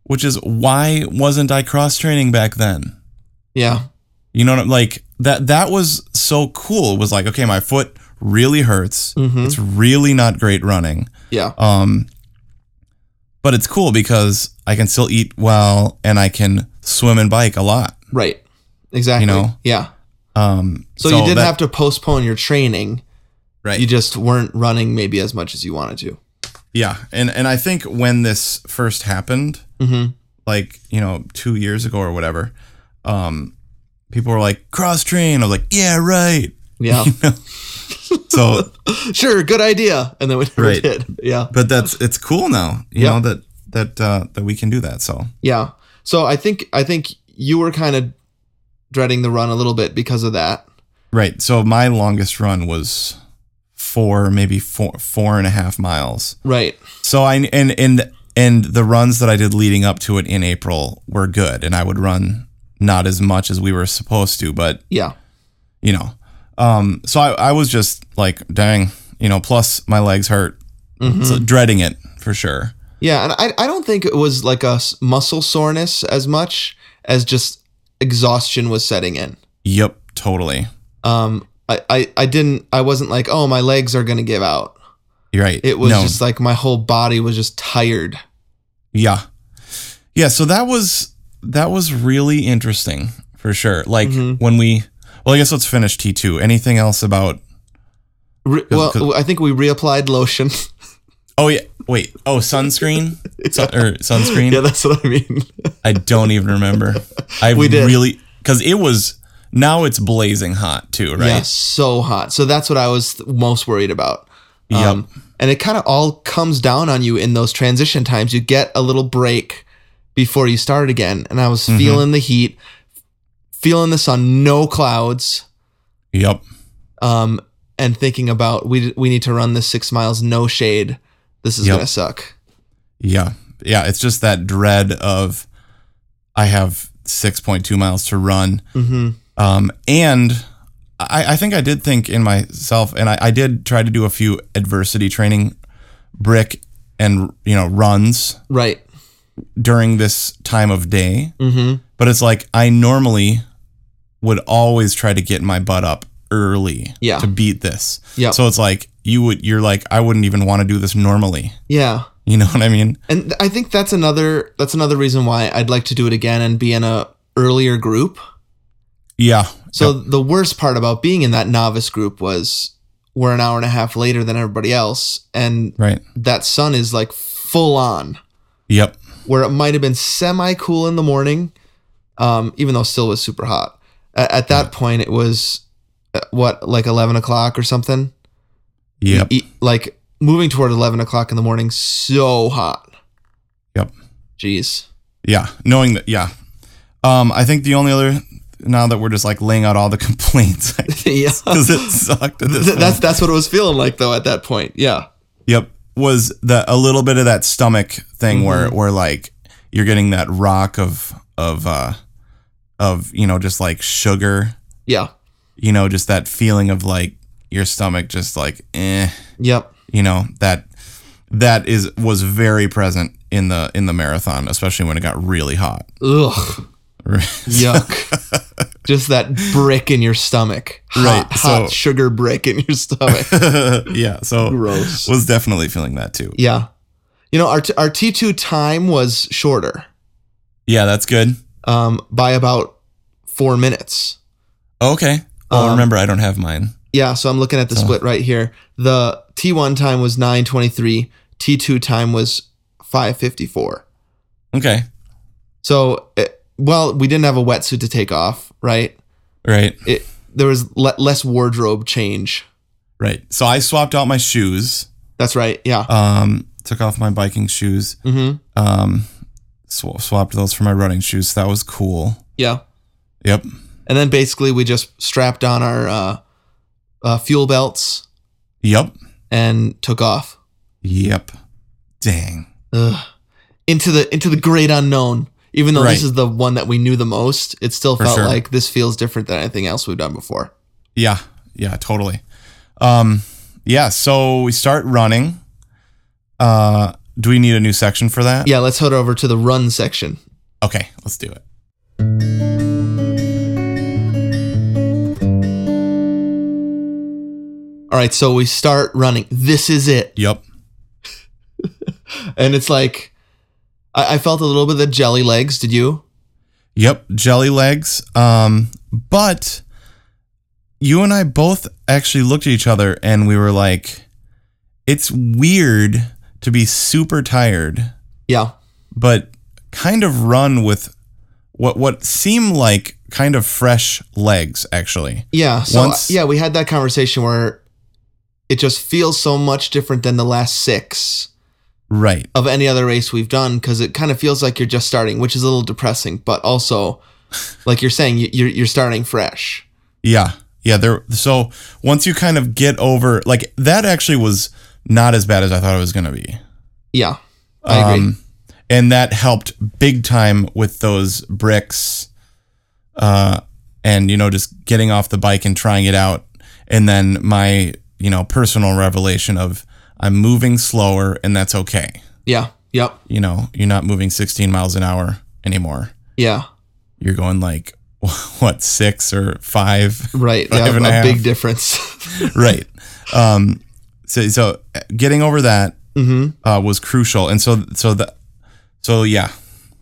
S2: which is why wasn't I cross training back then?
S1: Yeah.
S2: You know what I'm like that that was so cool. It was like, okay, my foot really hurts.
S1: Mhm.
S2: It's really not great running.
S1: Yeah.
S2: Um but it's cool because I can still eat well and I can swim and bike a lot.
S1: Right. Exactly.
S2: know?
S1: Yeah.
S2: Um
S1: So, you didn't
S2: that-
S1: have to postpone your training.
S2: right.
S1: You just weren't running maybe as much as you wanted to.
S2: Yeah, and and I think when this first happened,
S1: Mhm.
S2: like you know, two years ago or whatever, um, people were like cross train. I was like, yeah, right.
S1: Yeah.
S2: So,
S1: sure. Good idea. And then we never
S2: Right.
S1: did. Yeah.
S2: but that's it's cool now. You
S1: Yeah.
S2: know that that uh, that we can do that. So
S1: Yeah. So I think I think you were kind of dreading the run a little bit because of that.
S2: right. So my longest run was four, maybe four four and a half miles.
S1: Right.
S2: So I and and and the runs that I did leading up to it in April were good, and I would run not as much as we were supposed to, but
S1: Yeah.
S2: you know. Um, so I, I was just like, dang, you know, plus my legs hurt.
S1: Mm-hmm.
S2: So dreading it for sure.
S1: Yeah, and I, I don't think it was like a s- muscle soreness as much as just exhaustion was setting in.
S2: Yep, totally.
S1: Um, I, I, I didn't I wasn't like oh my legs are gonna give out.
S2: You're right.
S1: It was
S2: No.
S1: just like my whole body was just tired.
S2: Yeah. Yeah, so that was that was really interesting for sure. Like
S1: Mhm.
S2: when we well, I guess let's finish T two. Anything else about
S1: Re- well,
S2: 'cause-
S1: I think we reapplied lotion.
S2: Oh yeah. Wait. Oh, sunscreen? Sun, or sunscreen?
S1: yeah, that's what I mean.
S2: I don't even remember. I
S1: We did.
S2: really because it was now it's blazing hot too, right?
S1: Yeah, so hot. So that's what I was th- most worried about. Um,
S2: Yep.
S1: and it kind of all comes down on you in those transition times. You get a little break before you start again. And I was
S2: Mhm.
S1: feeling the heat, feeling the sun, no clouds,
S2: Yep.
S1: um, and thinking about we we need to run this six miles, no shade. This is
S2: Yep.
S1: gonna suck.
S2: Yeah. Yeah. It's just that dread of I have 6.2 miles to run.
S1: Mm-hmm.
S2: Um, and I, I think I did think in myself, and I, I did try to do a few adversity training brick and, you know, runs
S1: Right.
S2: during this time of day.
S1: Mm-hmm.
S2: But it's like I normally would always try to get my butt up early
S1: Yeah.
S2: to beat this.
S1: Yeah.
S2: So it's like you would, you're like, I wouldn't even want to do this normally.
S1: yeah.
S2: You know what I mean?
S1: And th- I think that's another that's another reason why I'd like to do it again and be in a earlier group.
S2: Yeah.
S1: So the worst part about being in that novice group was we're an hour and a half later than everybody else, and
S2: Right.
S1: that sun is like full on.
S2: Yep.
S1: Where it might have been semi cool in the morning, um, even though still was super hot. At, at that point, it was uh, what like eleven o'clock or something.
S2: Yep.
S1: E- like moving toward eleven o'clock in the morning, so hot.
S2: Yep.
S1: Jeez.
S2: Yeah, knowing that. Yeah, um, I think the only other now that we're just like laying out all the complaints
S1: yeah.
S2: because it sucked at this.
S1: Th-
S2: point.
S1: That's that's what it was feeling like though at that point. Yeah.
S2: yep. Was that a little bit of that stomach thing where
S1: Mm-hmm.
S2: where like you're getting that rock of of uh of you know just like sugar,
S1: Yeah.
S2: you know, just that feeling of like your stomach just like eh,
S1: Yep.
S2: you know that that is was very present in the in the marathon, especially when it got really hot.
S1: Ugh. Yuck. Just that brick in your stomach. Hot,
S2: Right,
S1: hot
S2: so- Oh.
S1: sugar brick in your stomach.
S2: yeah, so
S1: Gross.
S2: was definitely feeling that too.
S1: Yeah. You know, our, t- our T2 time was shorter
S2: Yeah, that's good.
S1: um, by about four minutes.
S2: Oh, Okay. Well,
S1: Um,
S2: remember, I don't have mine.
S1: Yeah. So I'm looking at the
S2: So-
S1: split right here. The T1 time was 923, T2 time was 554.
S2: Okay.
S1: So, it, well, we didn't have a wetsuit to take off, right?
S2: Right.
S1: It, there was le- less wardrobe change.
S2: Right. So I swapped out my shoes.
S1: That's right. Yeah.
S2: Um, took off my biking shoes.
S1: Mm-hmm.
S2: Um, sw- swapped those for my running shoes. That was cool.
S1: Yeah.
S2: Yep.
S1: And then basically we just strapped on our uh, uh, fuel belts
S2: Yep.
S1: and took off
S2: Yep. Dang.
S1: Ugh. into the into the great unknown. Even though
S2: Right.
S1: this is the one that we knew the most, it still
S2: For
S1: felt
S2: sure.
S1: like this feels different than anything else we've done before.
S2: Yeah. Yeah, totally. Um yeah, so we start running. Uh do we need a new section for that?
S1: Yeah, let's head over to the run section.
S2: Okay, let's do it.
S1: All right, so we start running. This is it,
S2: Yep.
S1: and it's like I, I felt a little bit of the jelly legs. Did you?
S2: Yep, jelly legs. Um but you and I both actually looked at each other and we were like it's weird to be super tired
S1: Yeah,
S2: but kind of run with what what seem like kind of fresh legs actually.
S1: yeah. So uh,
S2: Once-
S1: yeah, we had that conversation where it just feels so much different than the last six
S2: Right.
S1: of any other race we've done because it kind of feels like you're just starting, which is a little depressing, but also, like you're saying, you- you're you're starting fresh.
S2: Yeah. Yeah. There so once you kind of get over like that actually was not as bad as I thought it was gonna be.
S1: Yeah, I
S2: Um,
S1: agree.
S2: and that helped big time with those bricks. Uh and you know, just getting off the bike and trying it out. And then my, you know, personal revelation of I'm moving slower and that's okay.
S1: Yeah, yep,
S2: you know, you're not moving 16 miles an hour anymore.
S1: yeah,
S2: You're going like what six or five,
S1: right.
S2: Five
S1: yeah,
S2: and a
S1: a big
S2: half.
S1: difference.
S2: right? Um, so so uh, getting over that
S1: hmm
S2: uh, was crucial, and so so the so yeah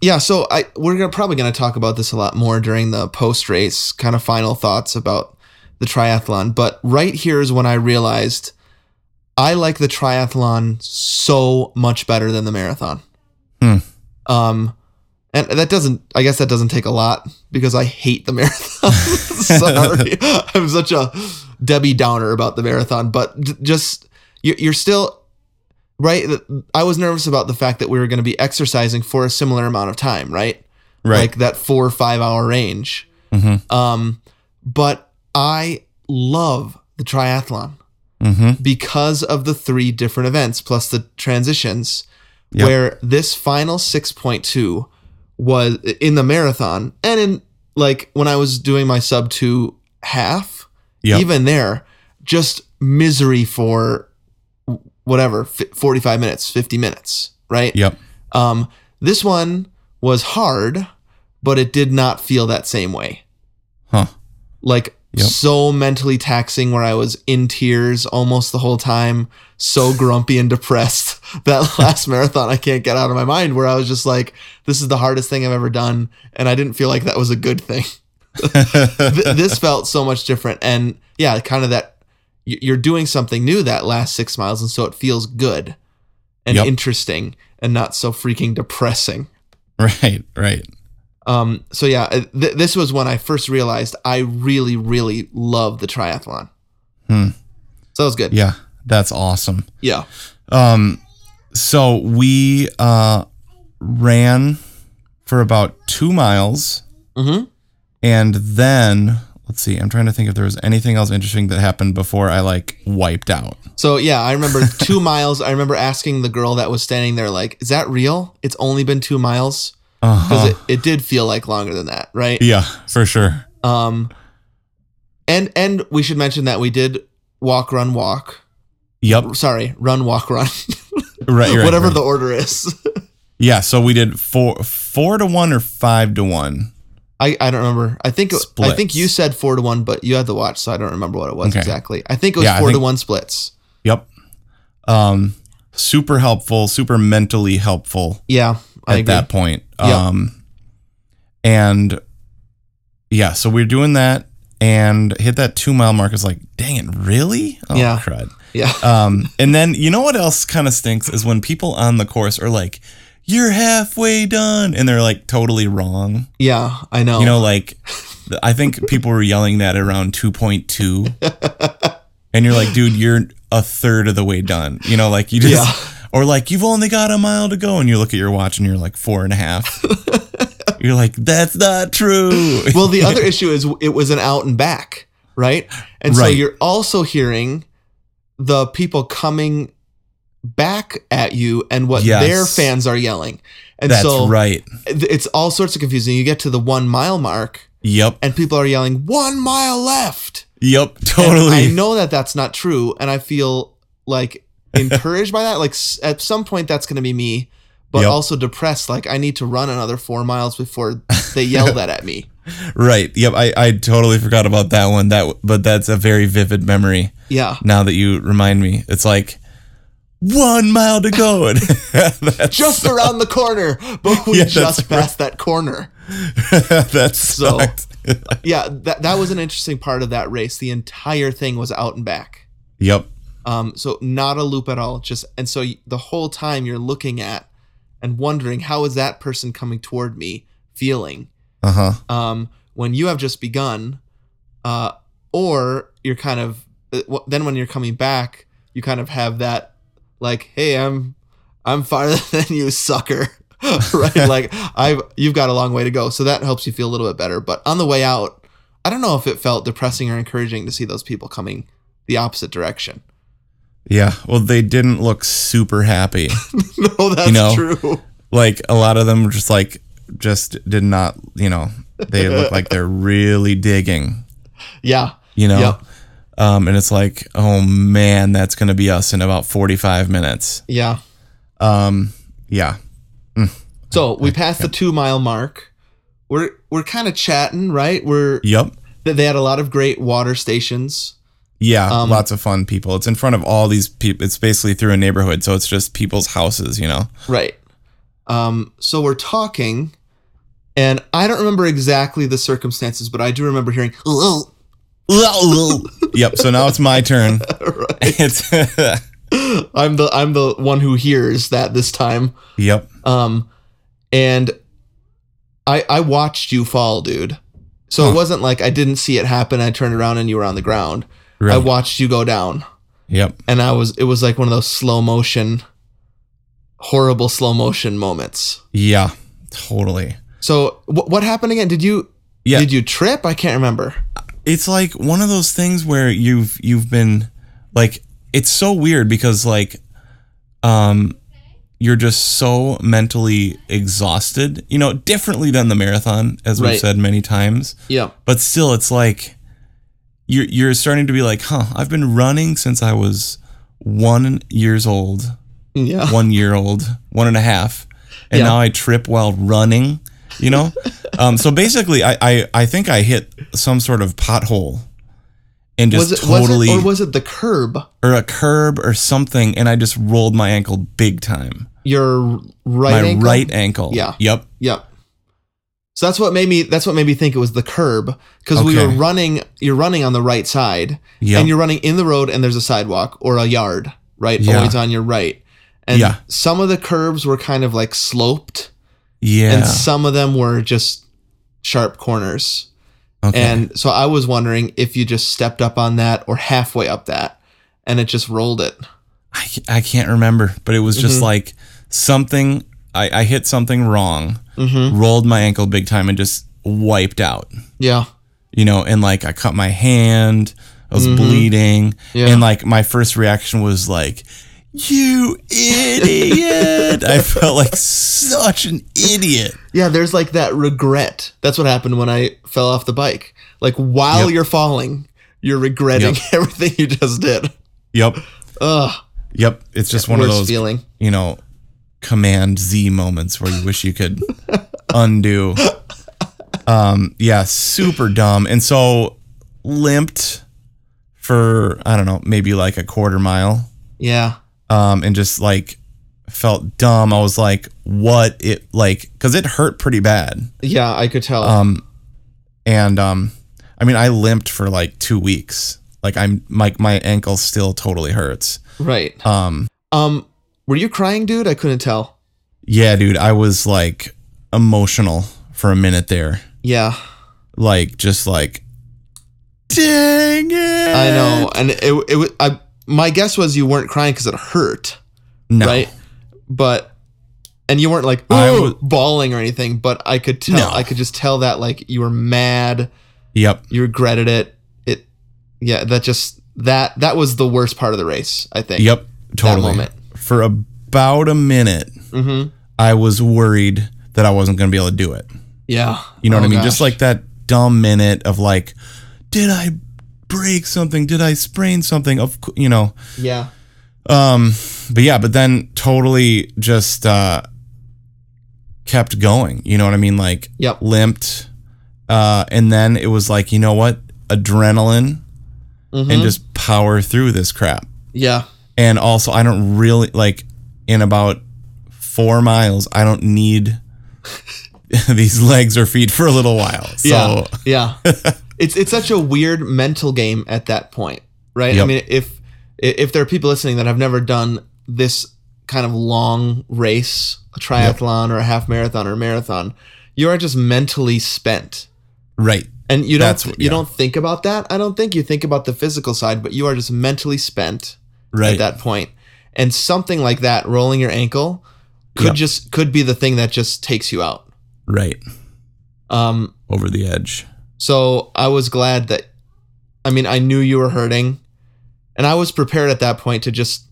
S1: Yeah, so I we're gonna, probably going to talk about this a lot more during the post race kind of final thoughts about the triathlon. But right here is when I realized I like the triathlon so much better than the marathon.
S2: Hmm.
S1: Um, and that doesn't I guess that doesn't take a lot because I hate the marathon. Sorry, I'm such a Debbie Downer about the marathon, but d- just you- you're still right? th- I was nervous about the fact that we were going to be exercising for a similar amount of time, right?
S2: right
S1: Like that four or five hour range.
S2: mm-hmm,
S1: Um, but I love the triathlon
S2: mm-hmm.
S1: because of the three different events plus the transitions,
S2: Yep.
S1: where this final 6.2 was in the marathon and in like when I was doing my sub two half,
S2: Yep.
S1: even there, just misery for whatever, fi- 45 minutes, 50 minutes, right?
S2: yep
S1: Um, this one was hard, but it did not feel that same way.
S2: huh
S1: Like
S2: Yep.
S1: so mentally taxing, where I was in tears almost the whole time, so grumpy and depressed. That last marathon, I can't get out of my mind. Where I was just like, "This is the hardest thing I've ever done," and I didn't feel like that was a good thing. Th- this felt so much different, and yeah, kind of that y- you're doing something new that last six miles, and so it feels good and
S2: Yep.
S1: interesting, and not so freaking depressing.
S2: right right
S1: Um, so yeah, th- this was when I first realized I really, really love the triathlon.
S2: Hmm.
S1: So that was good.
S2: yeah that's awesome.
S1: Yeah.
S2: Um, so we uh ran for about two miles.
S1: hmm
S2: And then let's see, I'm trying to think if there was anything else interesting that happened before I like wiped out.
S1: So yeah, I remember two miles. I remember asking the girl that was standing there, like, "Is that real? It's only been two miles." Because
S2: Uh-huh.
S1: it, it did feel like longer than that, right?
S2: yeah, for sure.
S1: Um, and and we should mention that we did walk, run, walk.
S2: Yep.
S1: Sorry, run, walk, run.
S2: Right. right
S1: Whatever
S2: right.
S1: the order is.
S2: yeah. So we did four four to one or five to one.
S1: I, I don't remember. I think I think
S2: Splits.
S1: you said four to one, but you had the watch, so I don't remember what it was
S2: Okay.
S1: exactly. I think it was
S2: Yeah, I
S1: four to
S2: think-
S1: one splits.
S2: Yep. Um, super helpful, super mentally helpful
S1: Yeah, I
S2: at
S1: agree.
S2: that point.
S1: Yep.
S2: Um, and yeah, so we're doing that and hit that two mile mark. It's like, dang it, really? Oh,
S1: Yeah.
S2: crud.
S1: Yeah,
S2: Um, and then you know what else kind of stinks is when people on the course are like, "You're halfway done," and they're like totally wrong.
S1: yeah, I know.
S2: You know, like th- I think people were yelling that around two point two, and you're like, "Dude, you're a third of the way done." You know, like you just Or like you've only got a mile to go, and you look at your watch and you're like four and a half. you're like, that's not true.
S1: Well, the other issue is it was an out and back, right? And so
S2: Right.
S1: you're also hearing the people coming back at you and what
S2: Yes.
S1: their fans are yelling. And
S2: that's
S1: so
S2: right.
S1: it's all sorts of confusing. You get to the one mile mark
S2: Yep.
S1: and people are yelling, one mile left.
S2: Yep.
S1: And
S2: Totally.
S1: I know that that's not true. And I feel like encouraged by that. Like s- at some point, that's going to be me, but
S2: Yep.
S1: also depressed. Like I need to run another four miles before they yell that at me.
S2: Right. Yep. I, I totally forgot about that one. That but that's a very vivid memory.
S1: Yeah.
S2: Now that you remind me, it's like one mile to go. And that's,
S1: just around the corner, but we
S2: Yeah, that's
S1: just passed that corner.
S2: that's
S1: So-
S2: sucked.
S1: Yeah, that that was an interesting part of that race. The entire thing was out and back.
S2: yep.
S1: Um, so not a loop at all. Just and so y- the whole time you're looking at and wondering how is that person coming toward me feeling
S2: Uh huh.
S1: um, when you have just begun, uh, or you're kind of uh, wh- then when you're coming back, you kind of have that like, hey, I'm I'm farther than you, sucker, right? like I've you've got a long way to go, so that helps you feel a little bit better. But on the way out, I don't know if it felt depressing or encouraging to see those people coming the opposite direction.
S2: Yeah. Well, they didn't look super happy.
S1: no, that's
S2: know,
S1: true.
S2: like a lot of them were just like just did not. You know, they look like they're really digging.
S1: Yeah,
S2: You know.
S1: Yep.
S2: Um, and it's like, oh man, that's gonna be us in about forty-five minutes.
S1: yeah.
S2: Um, yeah.
S1: So we passed the two mile mark. We're we're kind of chatting, right? We're
S2: Yep.
S1: that they had a lot of great water stations.
S2: Yeah,
S1: Um,
S2: lots of fun people. It's in front of all these people. It's basically through a neighborhood, so it's just people's houses, you know.
S1: Right. Um, so we're talking, and I don't remember exactly the circumstances, but I do remember hearing, "Ugh."
S2: yep. So now it's my turn.
S1: Right.
S2: It's
S1: I'm the I'm the one who hears that this time.
S2: yep.
S1: Um, and I I watched you fall, dude. So
S2: Huh.
S1: it wasn't like I didn't see it happen. I turned around and you were on the ground. I
S2: Right.
S1: watched you go down,
S2: yep.
S1: and I was it was like one of those slow motion, horrible slow motion moments.
S2: Yeah. Totally.
S1: So wh- what happened again? Did you?
S2: Yeah.
S1: Did you trip? I can't remember.
S2: it's like one of those things where you've you've been like it's so weird because like um you're just so mentally exhausted you know differently than the marathon as we've
S1: Right.
S2: said many times
S1: Yeah.
S2: but still it's like you're you're starting to be like huh i've been running since i was one years old
S1: Yeah.
S2: one year old one and a half and
S1: Yeah.
S2: now i trip while running you know um, so basically I, I i think i hit some sort of pothole and just
S1: Was it
S2: totally
S1: was it or was it the curb?
S2: or a curb or something and i just rolled my ankle big time
S1: Your right
S2: my
S1: ankle.
S2: right ankle
S1: Yeah.
S2: yep
S1: Yep. So that's what made me. That's what made me think it was the curb because we were
S2: Okay.
S1: running. You're running on the right side,
S2: Yep.
S1: and you're running in the road, and there's a sidewalk or a yard, right?
S2: Yeah.
S1: Always on your right. And
S2: Yeah.
S1: some of the curbs were kind of like sloped,
S2: yeah
S1: and some of them were just sharp corners.
S2: okay.
S1: And so I was wondering if you just stepped up on that or halfway up that and it just rolled it.
S2: I, ca- I can't remember, but it was just
S1: Mm-hmm.
S2: like something. I, I hit something wrong,
S1: Mm-hmm.
S2: rolled my ankle big time, and just wiped out.
S1: Yeah.
S2: You know, and like I cut my hand, I was bleeding,
S1: Mm-hmm. Yeah.
S2: and like my first reaction was like, "You idiot!" I felt like such an idiot.
S1: Yeah, there's like that regret. That's what happened when I fell off the bike. Like while
S2: Yep.
S1: you're falling, you're regretting everything you just did.
S2: Yep,
S1: Ugh.
S2: yep. It's just one of
S1: worst
S2: those,
S1: feeling.
S2: you know, Command Z moments where you wish you could undo. Um, yeah, super dumb. And so limped for I don't know, maybe like a quarter mile.
S1: Yeah.
S2: Um, and just like felt dumb. I was like, what it like because it hurt pretty bad.
S1: Yeah, I could tell.
S2: Um and um I mean I limped for like two weeks. Like I'm like my ankle still totally hurts.
S1: right.
S2: Um
S1: Um, were you crying, dude? I couldn't tell.
S2: yeah, dude, I was like emotional for a minute there.
S1: Yeah,
S2: like just like dang it
S1: I know. And it, it, wa- I, my guess was you weren't crying because it hurt.
S2: no
S1: right? but and you weren't like
S2: I
S1: "Ooh,"
S2: was-
S1: bawling or anything, but I could tell.
S2: No.
S1: I could just tell that like you were mad,
S2: Yep.
S1: you regretted it. It, yeah, that just that that was the worst part of the race. I think.
S2: Yep. Totally.
S1: moment.
S2: For about a minute,
S1: hmm
S2: I was worried that I wasn't going to be able to do it.
S1: Yeah.
S2: You know
S1: Oh,
S2: what I mean?
S1: gosh.
S2: Just like that dumb minute of like, did I break something? Did I sprain something? Of cou- you know.
S1: yeah.
S2: Um, but yeah, but then totally just uh, kept going. You know what I mean? Like
S1: Yep.
S2: limped, uh, and then it was like, you know what? Adrenaline
S1: Mhm.
S2: and just power through this crap.
S1: yeah.
S2: And also, I don't really like in about four miles. I don't need these legs or feet for a little while. So
S1: Yeah, yeah. it's it's such a weird mental game at that point, right? I
S2: Yep.
S1: mean, if if there are people listening that have never done this kind of long race, a triathlon or a half marathon or a marathon, you are just mentally spent.
S2: right,
S1: And you don't
S2: That's what-
S1: you
S2: yeah.
S1: don't think about that. I don't think you think about the physical side, but you are just mentally spent
S2: right.
S1: at that point. And something like that, rolling your ankle, could
S2: Yep.
S1: just could be the thing that just takes you out.
S2: right
S1: Um,
S2: over the edge.
S1: So I was glad that, I mean, I knew you were hurting, and I was prepared at that point to just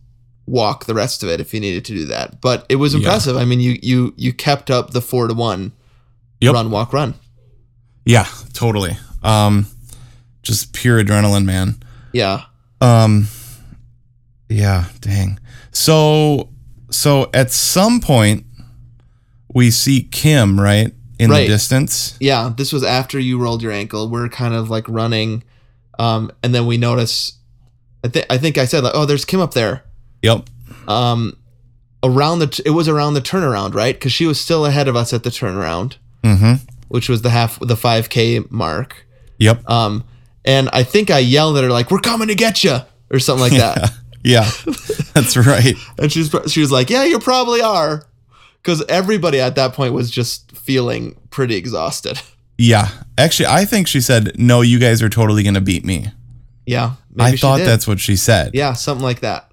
S1: walk the rest of it if you needed to do that. But it was
S2: Yeah.
S1: impressive. I mean, you you you kept up the four to one,
S2: Yep.
S1: run walk run.
S2: Yeah, totally. Um, just pure adrenaline, man.
S1: Yeah,
S2: Um, yeah, dang. So, so at some point, we see Kim right in
S1: Right.
S2: the distance.
S1: yeah. This was after you rolled your ankle. We're kind of like running, um, and then we notice. I think I think I said like, oh, there's Kim up there.
S2: Yep.
S1: Um, around the t- it was around the turnaround, right? Because she was still ahead of us at the turnaround,
S2: Mm-hmm.
S1: which was the half the five k mark.
S2: Yep.
S1: Um, and I think I yelled at her like, "We're coming to get you," or something like that.
S2: Yeah, that's right.
S1: and she's pro- she was like, "Yeah, you probably are," because everybody at that point was just feeling pretty exhausted.
S2: Yeah. Actually, I think she said, "No, you guys are totally gonna beat me."
S1: yeah,
S2: I
S1: she
S2: thought
S1: did.
S2: that's what she said.
S1: yeah, something like that.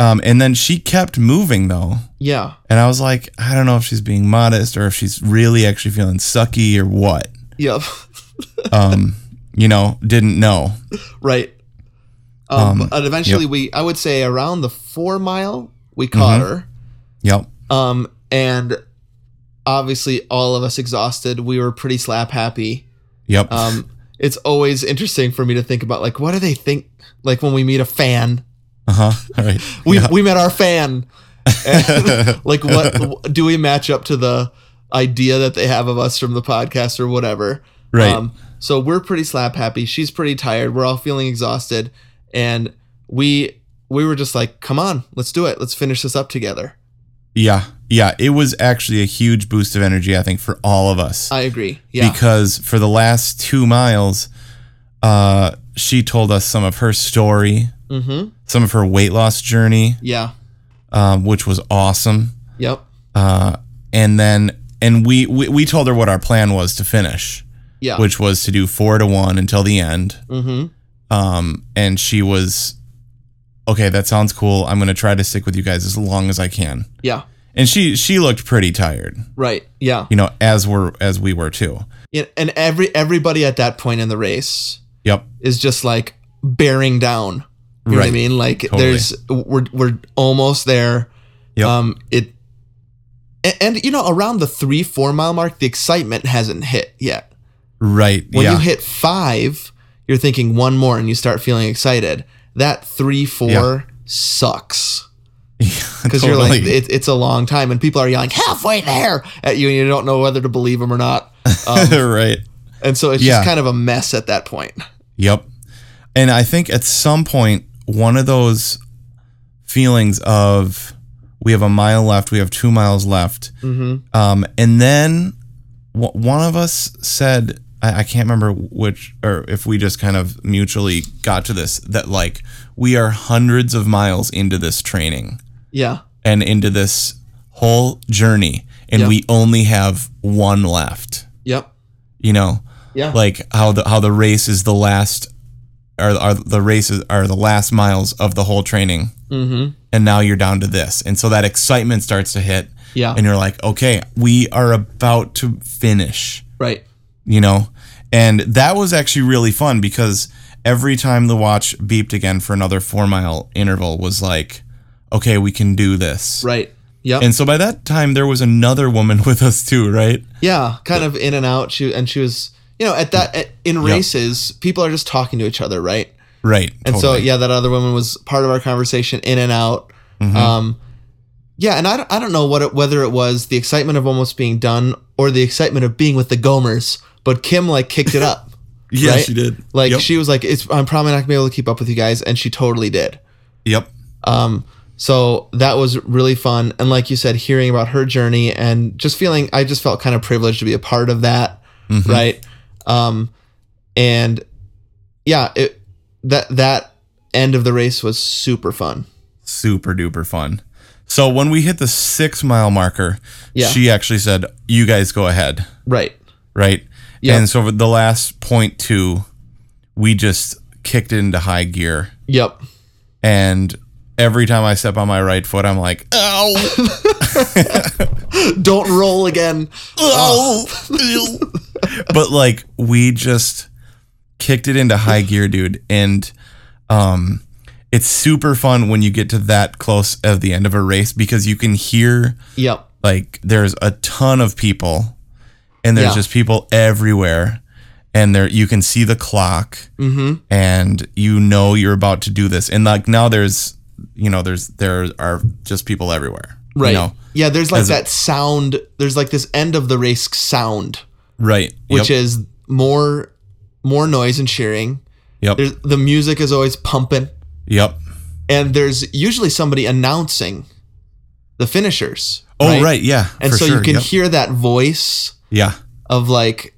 S2: Um, and then she kept moving though,
S1: Yeah,
S2: and I was like, I don't know if she's being modest or if she's really actually feeling sucky or what.
S1: yep,
S2: Um, you know, didn't know.
S1: right. Um,
S2: Um,
S1: but eventually, we I would say around the four mile, we caught
S2: Mm-hmm. Yep.
S1: her. Um, and obviously, all of us exhausted. We were pretty slap happy.
S2: Yep.
S1: um, it's always interesting for me to think about like what do they think like when we meet a fan
S2: Uh huh. All right.
S1: we, we met our fan And, like what do we match up to the idea that they have of us from the podcast or whatever
S2: Right.
S1: Um, so we're pretty slap happy she's pretty tired we're all feeling exhausted and we we were just like come on let's do it let's finish this up together
S2: yeah. Yeah. It was actually a huge boost of energy, I think, for all of us.
S1: i agree Uh, yeah
S2: Because for the last two miles, uh, she told us some of her story,
S1: mm-hmm
S2: some of her weight loss journey,
S1: yeah
S2: um, which was awesome.
S1: yep
S2: Uh, and then, and we, we we told her what our plan was to finish,
S1: yeah
S2: which was to do four to one until the end.
S1: mm-hmm
S2: Um, and she was, okay, that sounds cool. I'm gonna try to stick with you guys as long as I can.
S1: yeah
S2: and she she looked pretty tired
S1: right yeah
S2: you know as were as we were too
S1: Yeah, and every everybody at that point in the race
S2: yep
S1: is just like bearing down. You know what I
S2: Right.
S1: mean? Like
S2: Totally.
S1: there's we're we're almost there.
S2: Yep.
S1: Um it and, and you know around the 3 4 mile mark the excitement hasn't hit yet.
S2: right
S1: When
S2: yeah
S1: you hit 5, you're thinking one more and you start feeling excited. That 3 4
S2: Yeah.
S1: sucks.
S2: because
S1: Because you're like, it, it's a long time, and people are yelling halfway there at you, and you don't know whether to believe them or not. Um,
S2: right
S1: and so it's
S2: Yeah.
S1: just kind of a mess at that point.
S2: yep and i think at some point one of those feelings of we have a mile left we have two miles left
S1: Mm-hmm.
S2: um and then w- one of us said I, I can't remember which or if we just kind of mutually got to this that like we are hundreds of miles into this training
S1: Yeah.
S2: and into this whole journey and
S1: Yeah.
S2: we only have one left
S1: Yep.
S2: you know
S1: Yeah.
S2: like how the how the race is the last are are the races are the last miles of the whole training,
S1: Mm-hmm.
S2: and now you're down to this, and so that excitement starts to hit,
S1: Yeah.
S2: and you're like, okay, we are about to finish,
S1: right.
S2: you know, and that was actually really fun because every time the watch beeped again for another four mile interval was like, okay, we can do this,
S1: Right. Yep.
S2: and so by that time there was another woman with us too, right?
S1: yeah. Kind of in and out. She and she was, you know, at that at, in races, people are just talking to each other, right?
S2: Right.
S1: And so
S2: totally.
S1: yeah, that other woman was part of our conversation in and out.
S2: Mm-hmm.
S1: Um, yeah, and I don't, I don't know what it, whether it was the excitement of almost being done or the excitement of being with the Gomers, but Kim like kicked it up.
S2: yeah,
S1: right?
S2: she did.
S1: Like
S2: Yep.
S1: she was like, "It's I'm probably not gonna be able to keep up with you guys," and she totally did.
S2: Yep.
S1: Um, so that was really fun, and like you said, hearing about her journey and just feeling, I just felt kind of privileged to be a part of that,
S2: Mm-hmm.
S1: right? Um, and yeah, it that that end of the race was super fun.
S2: super duper fun. So when we hit the six mile marker,
S1: Yeah.
S2: she actually said, "You guys go ahead."
S1: Right.
S2: Right.
S1: Yeah.
S2: And so the last point two, we just kicked it into high gear,
S1: Yep.
S2: and every time I step on my right foot, I'm like, "Ow,
S1: Don't roll again.
S2: ow!" but like we just kicked it into high gear, dude, and um. It's super fun when you get to that close at the end of a race because you can hear
S1: Yep.
S2: like there's a ton of people and there's
S1: Yeah.
S2: just people everywhere and there you can see the clock
S1: Mm-hmm.
S2: and you know you're about to do this and like now there's you know there's there are just people everywhere you
S1: Right.
S2: know?
S1: Yeah. There's like
S2: As a-
S1: that sound. There's like this end of the race sound,
S2: right
S1: which
S2: yep.
S1: is more more noise and cheering.
S2: yep
S1: There's the music is always pumping.
S2: yep
S1: and there's usually somebody announcing the finishers.
S2: oh right, yeah
S1: And
S2: for
S1: so
S2: sure,
S1: you can
S2: yep.
S1: hear that voice
S2: yeah
S1: of like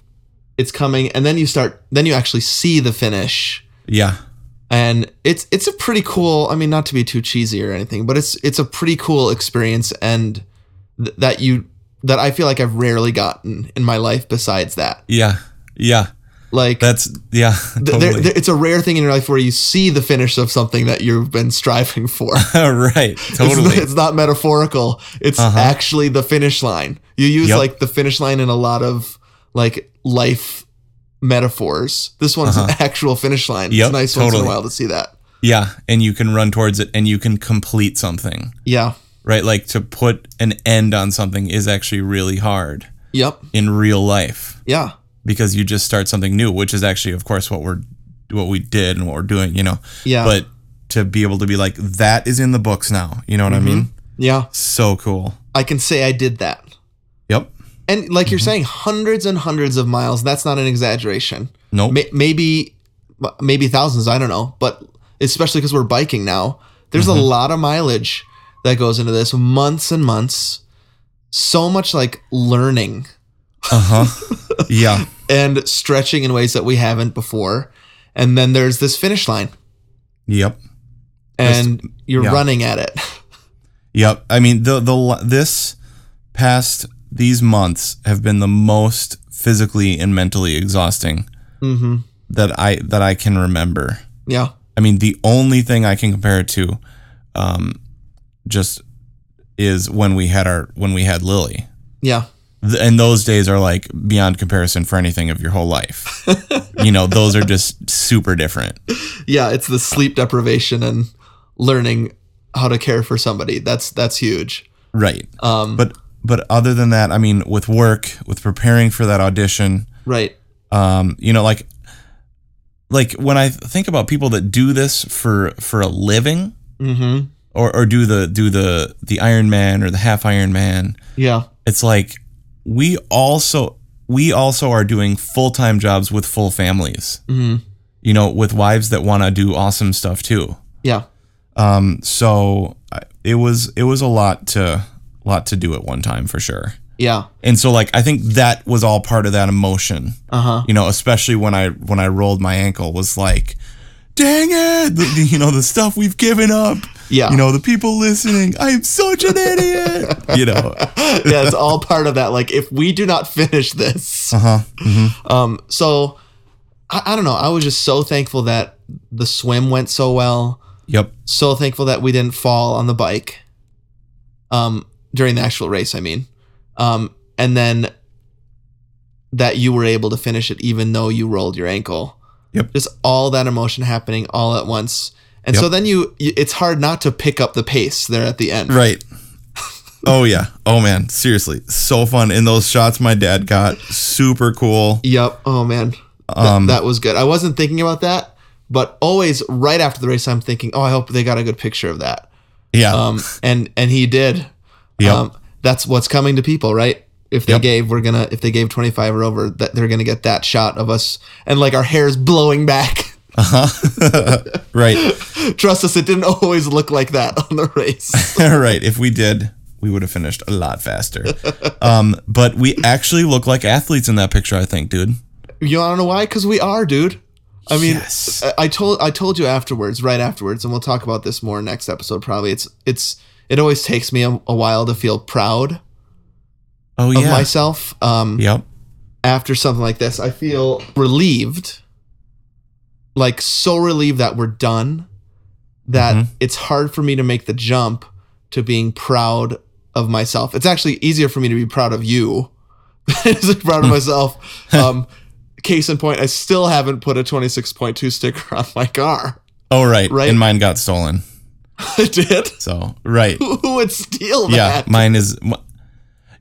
S1: it's coming and then you start then you actually see the finish.
S2: yeah
S1: And it's it's a pretty cool, I mean not to be too cheesy or anything, but it's it's a pretty cool experience and th- that you that I feel like I've rarely gotten in my life besides that.
S2: yeah yeah
S1: Like
S2: that's yeah
S1: th-
S2: totally
S1: there, there, it's a rare thing in your life where you see the finish of something that you've been striving for.
S2: right
S1: It's-
S2: totally
S1: It's, not metaphorical. It's
S2: Uh-huh.
S1: actually the finish line. You use
S2: Yep.
S1: like the finish line in a lot of like life metaphors. This one's an actual finish line.
S2: Uh-huh. Yep,
S1: it's nice once in
S2: totally.
S1: a while to see that.
S2: yeah and you can run towards it and you can complete something
S1: Yeah.
S2: right? Like to put an end on something is actually really hard
S1: Yep.
S2: in real life
S1: Yeah.
S2: because you just start something new, which is actually, of course, what we're what we did and what we're doing, you know.
S1: Yeah.
S2: But to be able to be like that is in the books now, you know what I mean?
S1: yeah.
S2: So cool.
S1: I can say I did that.
S2: Yep.
S1: And like
S2: Mm-hmm.
S1: you're saying, hundreds and hundreds of miles. That's not an exaggeration.
S2: Nope.
S1: May- maybe, maybe thousands. I don't know. But especially because we're biking now, there's
S2: Mm-hmm.
S1: a lot of mileage that goes into this. Months and months. So much like learning
S2: Uh huh. yeah.
S1: and stretching in ways that we haven't before. And then there's this finish line,
S2: Yep.
S1: and you're
S2: yeah.
S1: running at it.
S2: Yep. I mean the the this past these months have been the most physically and mentally exhausting
S1: hmm
S2: that I that I can remember.
S1: Yeah.
S2: I mean, the only thing I can compare it to, um, just is when we had our when we had Lily,
S1: Yeah.
S2: Th- and those days are like beyond comparison for anything of your whole life. you know, those are just super different.
S1: Yeah. It's the sleep deprivation and learning how to care for somebody. That's that's huge.
S2: Right.
S1: Um,
S2: But but other than that, I mean, with work, with preparing for that audition,
S1: right.
S2: um, you know, like like when I think about people that do this for for a living,
S1: Mm-hmm.
S2: or or do the do the the Ironman or the half Ironman.
S1: Yeah.
S2: it's like we also we also are doing full-time jobs with full families
S1: hmm
S2: you know with wives that want to do awesome stuff too
S1: Yeah.
S2: um so I- it was it was a lot to lot to do at one time for sure
S1: Yeah.
S2: and so like i think that was all part of that emotion
S1: Uh huh.
S2: you know especially when i when i rolled my ankle was like dang it the, the- you know the stuff we've given up
S1: Yeah.
S2: you know the people listening i'm such an idiot you know
S1: yeah, it's all part of that. Like, if we do not finish this,
S2: uh-huh
S1: um, so I, I don't know. I was just so thankful that the swim went so well.
S2: Yep.
S1: So thankful that we didn't fall on the bike. Um, during the actual race, I mean, um, and then that you were able to finish it even though you rolled your ankle.
S2: Yep.
S1: Just all that emotion happening all at once. And so
S2: Yep.
S1: then you, you, it's hard not to pick up the pace there at the end.
S2: Right. Oh yeah. Oh man. Seriously, so fun. In those shots, my dad got super cool.
S1: Yep. Oh man,
S2: Um,
S1: that was good. I wasn't thinking about that, but always right after the race, I'm thinking, oh, I hope they got a good picture of that.
S2: yeah.
S1: Um, and and he did.
S2: Yep.
S1: Um, that's what's coming to people, right? If they
S2: Yep.
S1: gave, we're gonna. If they gave 25 or over, that they're gonna get that shot of us and like our hair's blowing back.
S2: right.
S1: Trust us, it didn't always look like that on the race.
S2: right. If we did, we would have finished a lot faster. Um, but we actually look like athletes in that picture. I think, dude.
S1: you wanna know why? Because we are, dude. I mean, uh,
S2: Yes.
S1: I- I told I told you afterwards, right afterwards, and we'll talk about this more next episode. Probably it's it's it always takes me a, a while to feel proud
S2: Oh
S1: of
S2: yeah.
S1: myself um,
S2: Yep.
S1: after something like this. I feel relieved, like so relieved that we're done. That
S2: Mm-hmm.
S1: it's hard for me to make the jump to being proud of myself. It's actually easier for me to be proud of you than to be
S2: Hmm.
S1: proud of myself. Um, case in point, I still haven't put a twenty six point two sticker on my car.
S2: Oh right.
S1: Right.
S2: And mine got stolen.
S1: I did.
S2: So right.
S1: Who would steal
S2: Yeah.
S1: that?
S2: Mine is. m-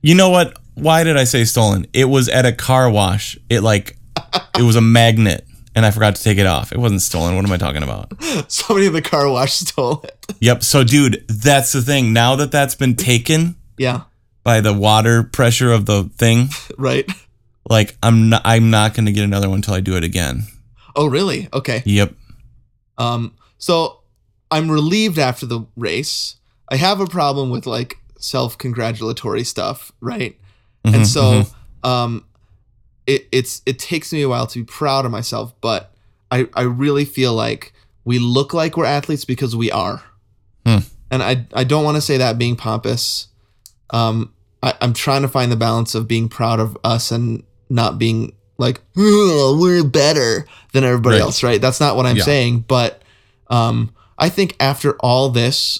S2: You know what? Why did I say stolen? It was at a car wash. It like, it was a magnet, and I forgot to take it off. It wasn't stolen. What am I talking about?
S1: Somebody in the car wash stole it.
S2: Yep. So, dude, that's the thing. Now that that's been taken
S1: Yeah,
S2: by the water pressure of the thing,
S1: right.
S2: like I'm not, I'm not gonna get another one until I do it again.
S1: Oh, really? Okay.
S2: Yep.
S1: Um, so I'm relieved after the race. I have a problem with like self congratulatory stuff, right?
S2: Mhm,
S1: and so
S2: mhm.
S1: um, it, it's it takes me a while to be proud of myself, but I I really feel like we look like we're athletes because we are,
S2: Hmm.
S1: and I I don't want to say that being pompous. Um, I, I'm trying to find the balance of being proud of us and not being like "Ugh, we're better than everybody
S2: Right.
S1: else, right? That's not what I'm
S2: Yeah.
S1: saying, but um, I think after all this,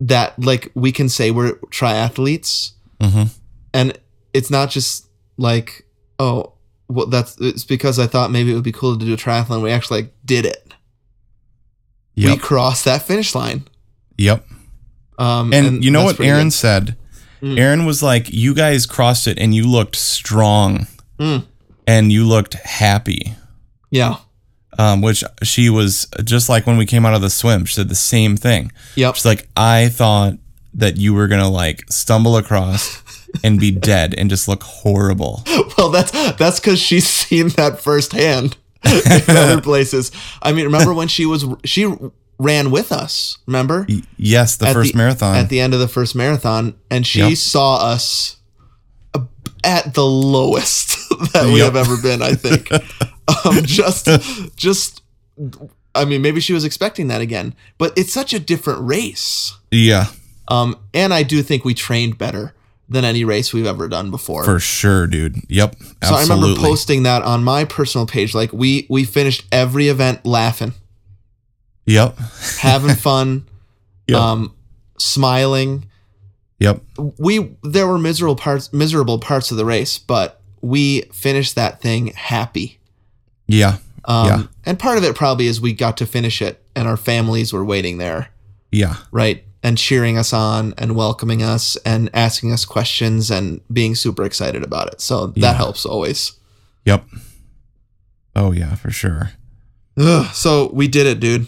S1: that like we can say we're triathletes
S2: Mhm.
S1: and it's not just like oh well that's it's because i thought maybe it would be cool to do a triathlon we actually like did it we
S2: Yep.
S1: crossed that finish line
S2: Yep.
S1: um
S2: And, you know
S1: that's
S2: what
S1: pretty good.
S2: Aaron said?
S1: Mm.
S2: Aaron was like, "You guys crossed it, and you looked strong,
S1: Mm.
S2: and you looked happy."
S1: yeah
S2: Um, which she was just like when we came out of the swim, she said the same thing.
S1: yep
S2: She's like, I thought that you were gonna like stumble across and be dead and just look horrible.
S1: well that's that's because she's seen that firsthand in other places i mean remember when she was she ran with us remember
S2: Y- Yes, the
S1: At
S2: first
S1: the-
S2: marathon.
S1: at the end of the first marathon and she
S2: Yep.
S1: saw us at the lowest that we
S2: Yep.
S1: have ever been i think um, just just i mean maybe she was expecting that again but it's such a different race
S2: yeah,
S1: um, and i do think we trained better than any race we've ever done before
S2: for sure, dude. Yep,
S1: so i
S2: absolutely.
S1: remember posting that on my personal page like we we finished every event laughing
S2: yep,
S1: having fun
S2: Yep.
S1: um smiling
S2: yep,
S1: we there were miserable parts miserable parts of the race, but we finished that thing happy.
S2: yeah,
S1: Um,
S2: Yeah.
S1: And part of it probably is we got to finish it, and our families were waiting there,
S2: yeah,
S1: right, and cheering us on, and welcoming us, and asking us questions, and being super excited about it. So
S2: Yeah.
S1: that helps always.
S2: yep. Oh yeah, for sure.
S1: Ugh, so we did it, dude.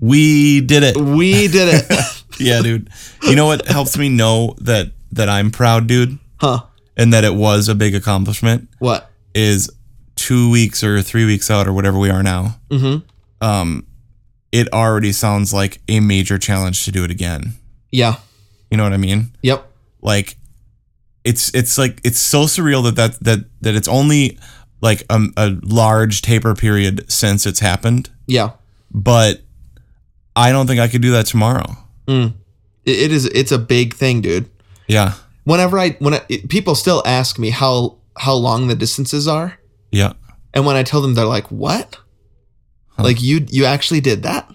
S2: We did it.
S1: We did it,
S2: Yeah, dude. You know what helps me know that that I'm proud, dude,
S1: huh?
S2: and that it was a big accomplishment
S1: What?
S2: is two weeks or three weeks out or whatever we are now.
S1: Mm-hmm.
S2: um, it already sounds like a major challenge to do it again.
S1: Yeah.
S2: You know what I mean?
S1: Yep.
S2: Like, it's it's like it's so surreal that that that that it's only like a, a large taper period since it's happened.
S1: Yeah.
S2: But I don't think I could do that tomorrow.
S1: It- it is. It's a big thing, dude.
S2: Yeah,
S1: Whenever I when I, people still ask me how how long the distances are,
S2: yeah,
S1: And when I tell them, they're like, "What? Like you you actually did that?"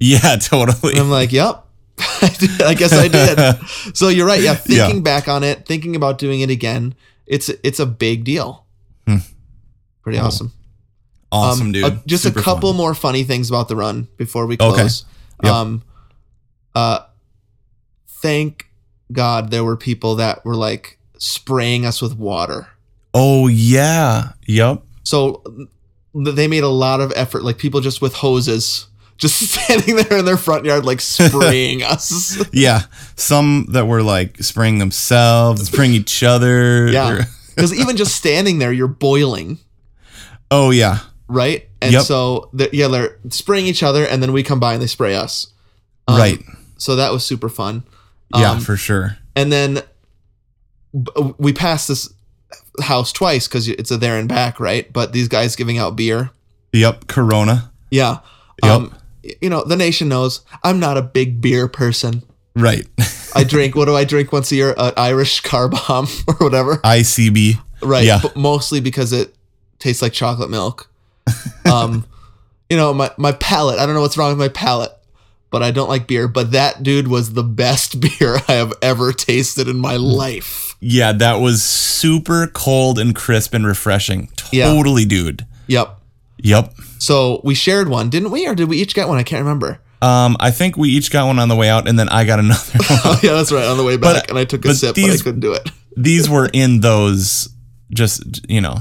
S2: Yeah, totally.
S1: And I'm like, "Yep, I did- I guess I did." so you're right. Yeah, thinking back on it, thinking about doing it again, it's it's a big deal.
S2: Hmm.
S1: Pretty
S2: Cool.
S1: awesome. Um,
S2: awesome, dude.
S1: uh, just
S2: Super
S1: a
S2: fun.
S1: couple more funny things about the run before we
S2: Okay.
S1: close.
S2: Yep.
S1: Um, uh, thank God there were people that were like spraying us with water.
S2: Oh yeah. Yep.
S1: So th- they made a lot of effort, like people just with hoses, just standing there in their front yard, like spraying us.
S2: Yeah. Some that were like spraying themselves, spraying each other.
S1: Yeah. Because even just standing there, you're boiling,
S2: Oh yeah.
S1: right? And
S2: Yep.
S1: so, they're, yeah, they're spraying each other, and then we come by and they spray us. Um,
S2: right.
S1: So that was super fun.
S2: Yeah,
S1: Um,
S2: for sure.
S1: and then b- we passed this house twice because it's a there and back, right? But these guys giving out beer,
S2: Yep. Corona.
S1: yeah. Um,
S2: Yep.
S1: y- you know, the nation knows I'm not a big beer person.
S2: Right.
S1: I drink. what do I drink once a year? An Irish car bomb or whatever,
S2: ICB.
S1: right?
S2: Yeah.
S1: But mostly because it tastes like chocolate milk. Um, you know, my my palate. I don't know what's wrong with my palate. But I don't like beer. But that dude was the best beer I have ever tasted in
S2: Hmm.
S1: my life.
S2: Yeah, that was super cold and crisp and refreshing.
S1: Yeah.
S2: Totally, dude.
S1: Yep.
S2: Yep.
S1: So we shared one, didn't we? Or did we each get one? I can't remember.
S2: Um, I think we each got one on the way out, and then I got another one.
S1: Oh, yeah, that's right. On the way back,
S2: But-
S1: and I took a
S2: but
S1: sip, but I
S2: these-
S1: couldn't do it.
S2: These were in those, just you know,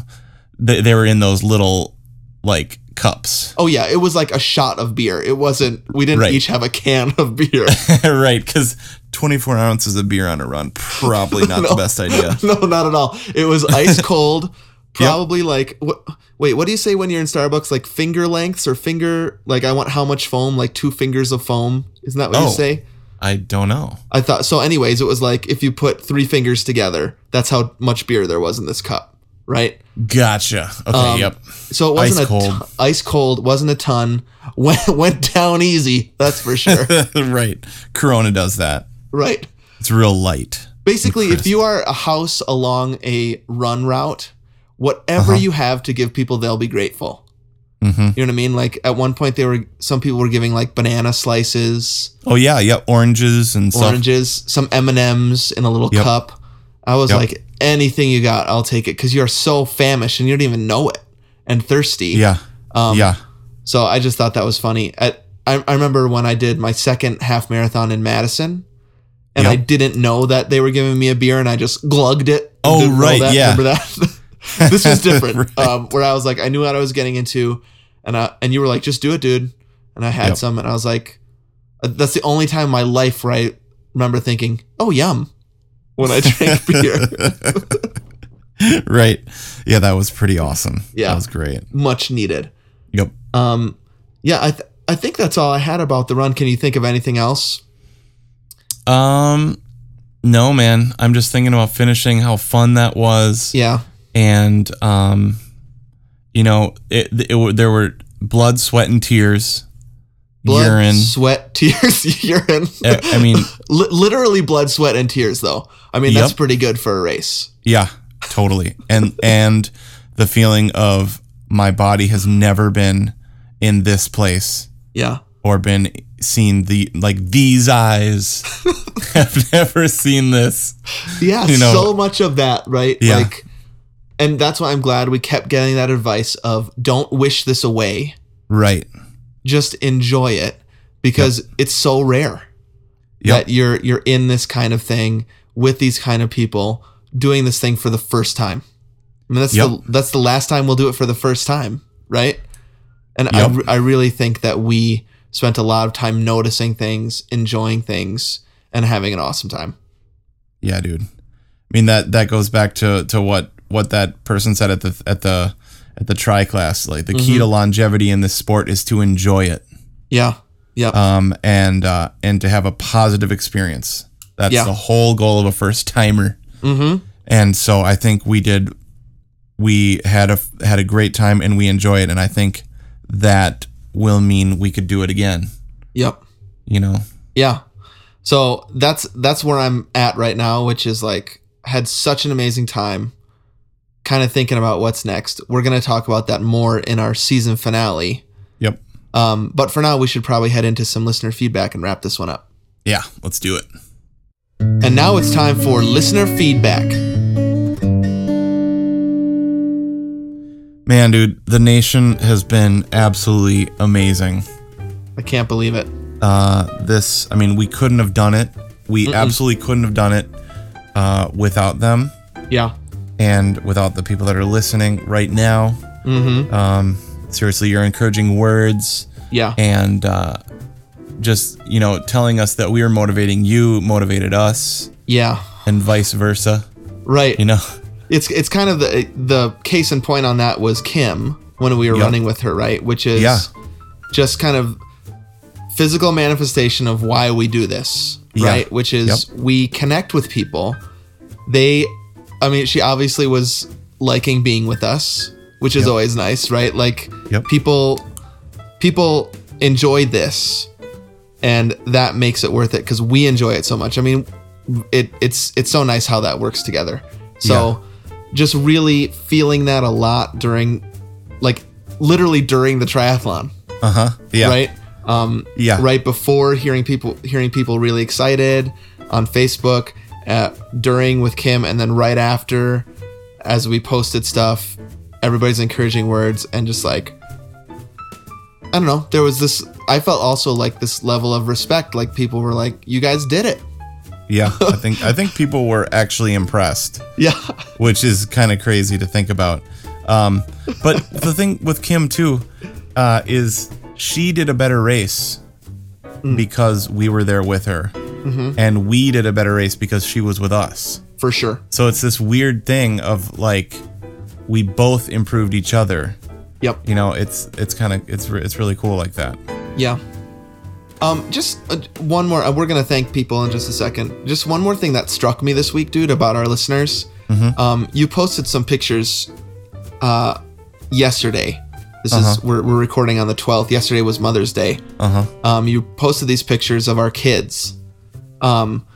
S2: they, they were in those little like cups,
S1: Oh, yeah. It was like a shot of beer. It wasn't, we didn't
S2: Right.
S1: each have a can of beer.
S2: right? Because twenty-four ounces of beer on a run probably not the best idea.
S1: no, not at all. It was ice cold, probably like, wh- wait, what do you say when you're in Starbucks? Like finger lengths or finger, like I want how much foam? Like two fingers of foam. Isn't that what you
S2: Oh.
S1: say?
S2: I don't know.
S1: I thought, so, anyways, it was like if you put three fingers together, that's how much beer there was in this cup, right?
S2: Gotcha. Okay.
S1: Um,
S2: yep.
S1: So it wasn't
S2: Ice
S1: a ton-
S2: cold.
S1: ice cold wasn't a ton. Went went down easy. That's for sure.
S2: right. Corona does that.
S1: right.
S2: It's real light.
S1: Basically, if you are a house along a run route, whatever
S2: Uh-huh.
S1: you have to give people, they'll be grateful.
S2: hmm
S1: You know what I mean? Like at one point, they were some people were giving like banana slices,
S2: Oh yeah, yeah. Oranges and stuff.
S1: oranges, some M and M's in a little
S2: Yep.
S1: cup. I was
S2: Yep.
S1: like, anything you got, I'll take it because you're so famished and you don't even know it and thirsty.
S2: Yeah.
S1: Um,
S2: yeah.
S1: So I just thought that was funny. At, I, I remember when I did my second half marathon in Madison, and
S2: Yep.
S1: I didn't know that they were giving me a beer, and I just glugged it.
S2: Oh,
S1: Didn't know
S2: right,
S1: that.
S2: yeah.
S1: Remember that? this was different.
S2: Right.
S1: um, where I was like, I knew what I was getting into, and I, and you were like, just do it, dude. And I had
S2: Yep.
S1: some, and I was like, uh, that's the only time in my life where I remember thinking, oh, yum, when I drank beer.
S2: right. Yeah, that was pretty awesome.
S1: Yeah.
S2: That was great.
S1: Much needed.
S2: Yep.
S1: Um, yeah, I th- I think that's all I had about the run. Can you think of anything else?
S2: Um no man, I'm just thinking about finishing how fun that was
S1: Yeah.
S2: and um you know, it, it, w- there were blood, sweat and tears.
S1: blood,
S2: urine.
S1: sweat, tears, urine.
S2: I, I mean,
S1: Li- literally blood, sweat, and tears. Though I mean, that's
S2: Yep.
S1: pretty good for a race.
S2: yeah, totally. And and the feeling of my body has never been in this place
S1: Yeah,
S2: or been seen the like these eyes have never seen this.
S1: yeah.
S2: You know-
S1: so much of that, right?
S2: Yeah.
S1: Like, and that's why I'm glad we kept getting that advice of don't wish this away.
S2: Right.
S1: Just enjoy it because it's so rare
S2: Yep.
S1: that you're you're in this kind of thing with these kind of people doing this thing for the first time. I mean, that's
S2: Yep.
S1: the that's the last time we'll do it for the first time, right? And I,
S2: Yep.
S1: re- I really think that we spent a lot of time noticing things, enjoying things, and having an awesome time.
S2: Yeah, dude. I mean that that goes back to to what what that person said at the at the at the tri class. Like the key to longevity in this sport is to enjoy it,
S1: Yeah, yeah,
S2: um, and uh, and to have a positive experience. That's
S1: Yeah.
S2: the whole goal of a first timer.
S1: mm-hmm.
S2: And so I think we did. We had a had a great time and we enjoy it. And I think that will mean we could do it again.
S1: yep,
S2: You know.
S1: yeah. So that's that's where I'm at right now, which is like had such an amazing time. kind of thinking about what's next. We're going to talk about that more in our season finale.
S2: Yep.
S1: Um, but for now, we should probably head into some listener feedback and wrap this one up.
S2: Yeah, let's do it.
S1: And now it's time for listener feedback.
S2: Man, dude, the nation has been absolutely amazing.
S1: I can't believe it.
S2: Uh, this, I mean, we couldn't have done it. We absolutely couldn't have done it uh, without them
S1: Yeah.
S2: and without the people that are listening right now.
S1: Mm-hmm.
S2: Um, seriously, your encouraging words
S1: Yeah.
S2: and uh, just, you know, telling us that we are motivating you, motivated us,
S1: Yeah.
S2: and vice versa.
S1: Right.
S2: You know,
S1: It's it's kind of the the case in point on that was Kim when we were
S2: Yep.
S1: running with her, right? Which is
S2: Yeah.
S1: just kind of physical manifestation of why we do this,
S2: Yeah.
S1: right? Which is we connect with people. They I mean, she obviously was liking being with us, which is always nice, right? Like
S2: Yep.
S1: people people enjoy this and that makes it worth it because we enjoy it so much. I mean, it it's it's so nice how that works together. So, just really feeling that a lot during, like, literally during the triathlon,
S2: uh huh. Yeah.
S1: right? Um,
S2: Yeah.
S1: right before hearing people hearing people really excited on Facebook, uh, during with Kim, and then right after, as we posted stuff, everybody's encouraging words and just like, I don't know, there was this. I felt also like this level of respect, like people were like, "You guys did it."
S2: Yeah. I think I think people were actually impressed.
S1: Yeah,
S2: which is kind of crazy to think about. Um, but the thing with Kim too uh, is she did a better race
S1: Mm.
S2: because we were there with her,
S1: Mm-hmm.
S2: and we did a better race because she was with us.
S1: for sure.
S2: So it's this weird thing of like we both improved each other.
S1: Yep.
S2: You know, it's it's kind of it's re- it's really cool like that.
S1: Yeah. Um, just uh, one more. uh, We're gonna thank people in just a second. Just one more thing that struck me this week, dude, about our listeners. Um, you posted some pictures, uh, yesterday. This is we're, we're recording on the twelfth. Yesterday was Mother's Day.
S2: Uh huh.
S1: Um, you posted these pictures of our kids, um,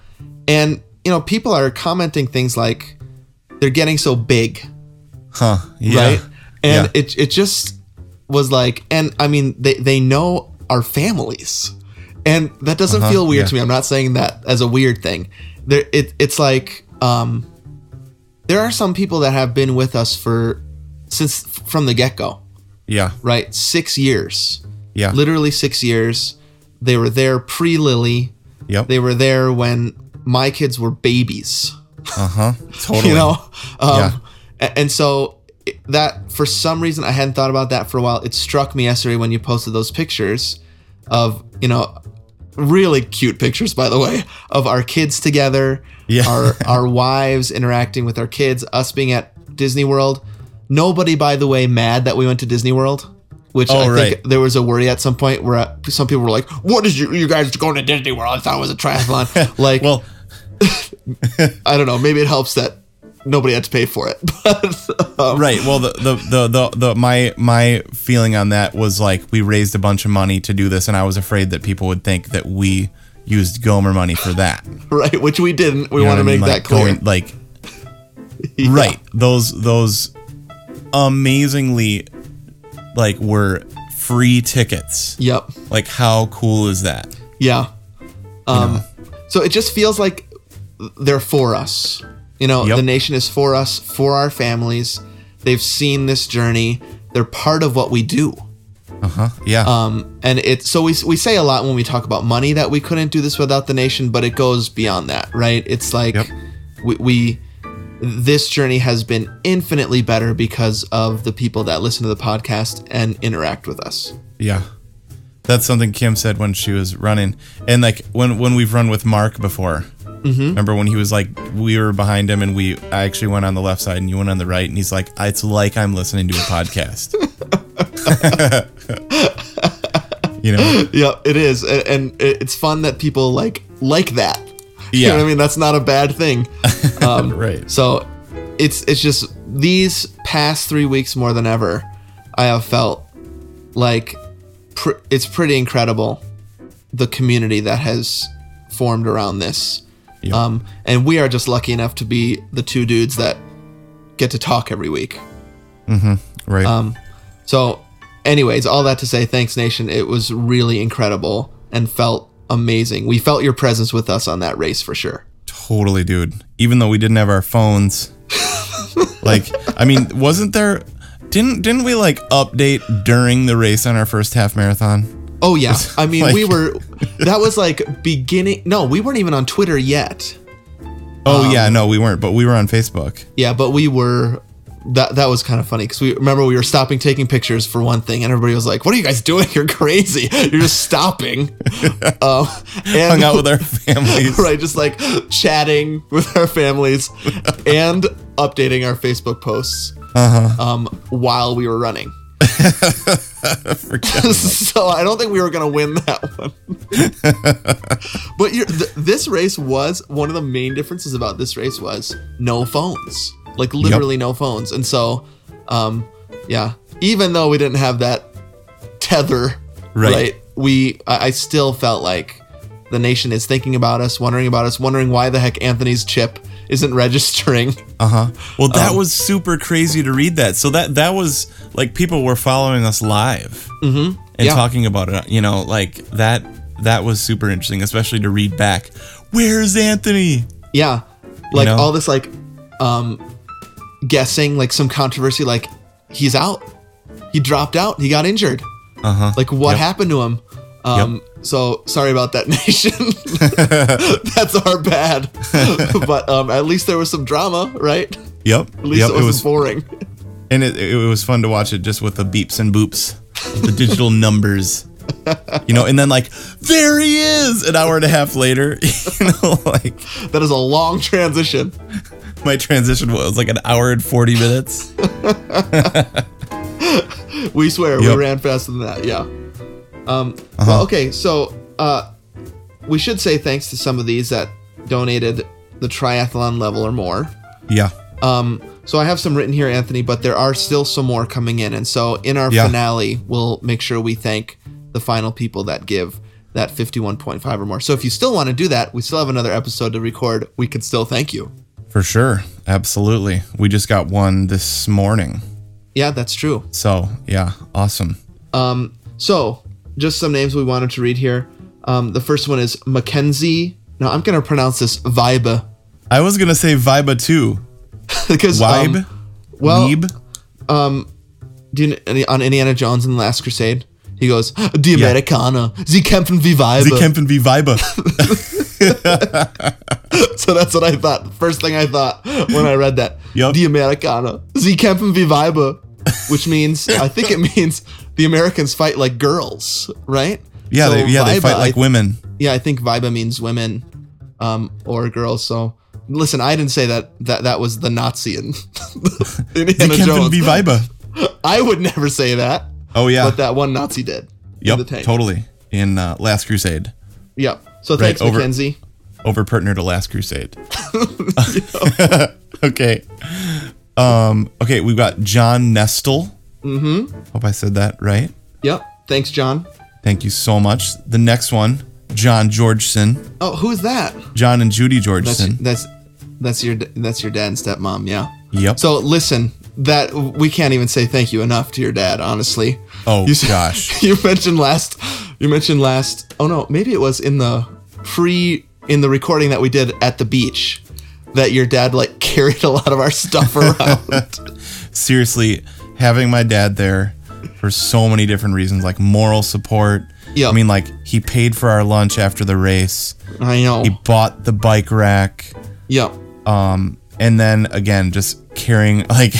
S1: and you know people are commenting things like they're getting so big
S2: Huh. Yeah.
S1: right? And
S2: Yeah.
S1: it it just was like, and I mean, they they know our families, and that doesn't feel weird
S2: Uh-huh. yeah.
S1: to me. I'm not saying that as a weird thing. There, it it's like, um, there are some people that have been with us for since from the get go,
S2: Yeah.
S1: right? Six years,
S2: Yeah.
S1: literally six years. They were there pre Lily.
S2: Yep.
S1: They were there when my kids were babies
S2: Uh huh. Totally.
S1: you know
S2: Yeah.
S1: um, a- and so it- that for some reason i hadn't thought about that for a while it struck me yesterday when you posted those pictures of you know really cute pictures by the way of our kids together
S2: Yeah.
S1: our our wives interacting with our kids us being at disney world nobody by the way mad that we went to disney world which
S2: Oh,
S1: I
S2: right.
S1: think there was a worry at some point where uh, some people were like, "What is you you guys going to Disney World? I thought it was a triathlon." like,
S2: Well,
S1: I don't know. Maybe it helps that nobody had to pay for it. But um,
S2: Right. Well, the, the the the the my my feeling on that was like we raised a bunch of money to do this, and I was afraid that people would think that we used Gomer money for that. You
S1: right, which we didn't. We
S2: know
S1: want
S2: what I
S1: to
S2: mean?
S1: make
S2: Like,
S1: that clear.
S2: going- like
S1: Yeah.
S2: right, those those amazingly like were free tickets.
S1: Yep.
S2: Like how cool is that?
S1: Yeah. Um, So it just feels like they're for us. You know,
S2: Yep.
S1: the nation is for us, for our families. They've seen this journey. They're part of what we do.
S2: Huh? Yeah.
S1: Um, and it's so we, we say a lot when we talk about money that we couldn't do this without the nation, but it goes beyond that, right? It's like
S2: Yep.
S1: we, we this journey has been infinitely better because of the people that listen to the podcast and interact with us.
S2: Yeah. That's something Kim said when she was running. And like when when we've run with Mark before. Remember when he was like we were behind him and we I actually went on the left side and you went on the right and he's like it's like I'm listening to a podcast. you know.
S1: Yeah, it is, and, and it- it's fun that people like like that. you know
S2: Yeah.
S1: what I mean. That's not a bad thing. Um,
S2: Right.
S1: So it's it's just these past three weeks more than ever, I have felt like pr- it's pretty incredible the community that has formed around this.
S2: Yep.
S1: Um, and we are just lucky enough to be the two dudes that get to talk every week.
S2: Right.
S1: Um, so, anyways, all that to say, thanks, Nation. It was really incredible and felt amazing. We felt your presence with us on that race for sure.
S2: Totally, dude. Even though we didn't have our phones. like, I mean, wasn't there didn't didn't we like update during the race on our first half marathon?
S1: Oh yeah, I mean we
S2: Like-
S1: were. That was like beginning. No, we weren't even on Twitter yet.
S2: Oh yeah, no, we weren't, but we were on Facebook.
S1: Yeah, but we were. That that was kind of funny because we remember we were stopping taking pictures for one thing, and everybody was like, "What are you guys doing? You're crazy! You're just stopping." um, and
S2: Hung out with our families.
S1: right, just like chatting with our families and updating our Facebook posts
S2: Uh-huh.
S1: um, while we were running. so I don't think we were gonna win that one. but you're, th- this race was one of the main differences about this race was no phones, like literally no phones, and so, um, yeah, even though we didn't have that tether,
S2: Right.
S1: we, I, I still felt like the nation is thinking about us, wondering about us, wondering why the heck Anthony's chip isn't registering.
S2: Uh-huh. Well, that was super crazy to read that. So that that was like people were following us live and
S1: Yeah.
S2: talking about it. You know, like that that was super interesting, especially to read back. Where's Anthony?
S1: Yeah. Like
S2: know?
S1: all this like um guessing, like some controversy, like he's out. He dropped out. He got injured.
S2: Uh-huh.
S1: Like what
S2: Yep.
S1: happened to him? Um so sorry about that nation. That's our bad. but um at least there was some drama, right? At
S2: Yep.
S1: least
S2: yep.
S1: it wasn't boring.
S2: and it, it was fun to watch it just with the beeps and boops, the digital numbers, you know, and then like there he is an hour and a half later, you know, like
S1: that is a long transition.
S2: my transition was like an hour and forty minutes.
S1: We swear
S2: Yep. Uh-huh.
S1: we ran faster than that. Yeah. Um, Well, okay. So uh, we should say thanks to some of these that donated the triathlon level or more.
S2: Yeah,
S1: Um, so I have some written here, Anthony, but there are still some more coming in. And so in our
S2: Yeah.
S1: finale, we'll make sure we thank the final people that give that 51.5 or more. So if you still want to do that, we still have another episode to record. We could still thank you.
S2: for sure, absolutely. We just got one this morning,
S1: Yeah, that's true.
S2: so yeah, awesome.
S1: Um, so, just some names we wanted to read here. Um, the first one is Mackenzie. Now, I'm going to pronounce this Vibe
S2: I was gonna say Viba too,
S1: because um,
S2: Vibe,
S1: well,
S2: Weeb.
S1: do you, kn- on Indiana Jones and the Last Crusade, he goes, "Die Amerikaner, sie kämpfen wie Weiber."
S2: Sie kämpfen wie Viba.
S1: so that's what I thought. First thing I thought when I read that,
S2: Yup.
S1: "Die Amerikaner, sie kämpfen wie Weiber," which means I think it means the Americans fight like girls, right?
S2: Yeah,
S1: So
S2: they, yeah, they
S1: Weiber,
S2: fight
S1: I
S2: like women.
S1: yeah, I think Viba means women um, or girls. So listen, I didn't say that that that was the Nazi in
S2: Sie
S1: Indiana
S2: kämpfen
S1: Jones.
S2: wie Viba.
S1: I would never say that,
S2: Oh yeah,
S1: but that one Nazi did.
S2: yep,
S1: the tank.
S2: totally. In uh, Last Crusade.
S1: Yep. So
S2: Right,
S1: thanks,
S2: over-
S1: Mackenzie.
S2: over partner to Last Crusade. okay. Um, okay, we've got John Nestle. Mm-hmm. Hope I said that right.
S1: Yep. Thanks, John.
S2: Thank you so much. The next one, John Georgeson.
S1: Oh, who is that?
S2: John and Judy
S1: That's
S2: Georgeson.
S1: that's that's your that's your dad and stepmom. Yeah.
S2: Yep.
S1: So listen, that we can't even say thank you enough to your dad, honestly.
S2: oh
S1: You s-
S2: gosh.
S1: you mentioned last you mentioned last oh no maybe it was in the free in the recording that we did at the beach that your dad like carried a lot of our stuff around
S2: Seriously, having my dad there for so many different reasons, like moral support.
S1: Yep.
S2: I mean, like he paid for our lunch after the race.
S1: i know
S2: He bought the bike rack.
S1: yep
S2: Um, and then again, just carrying like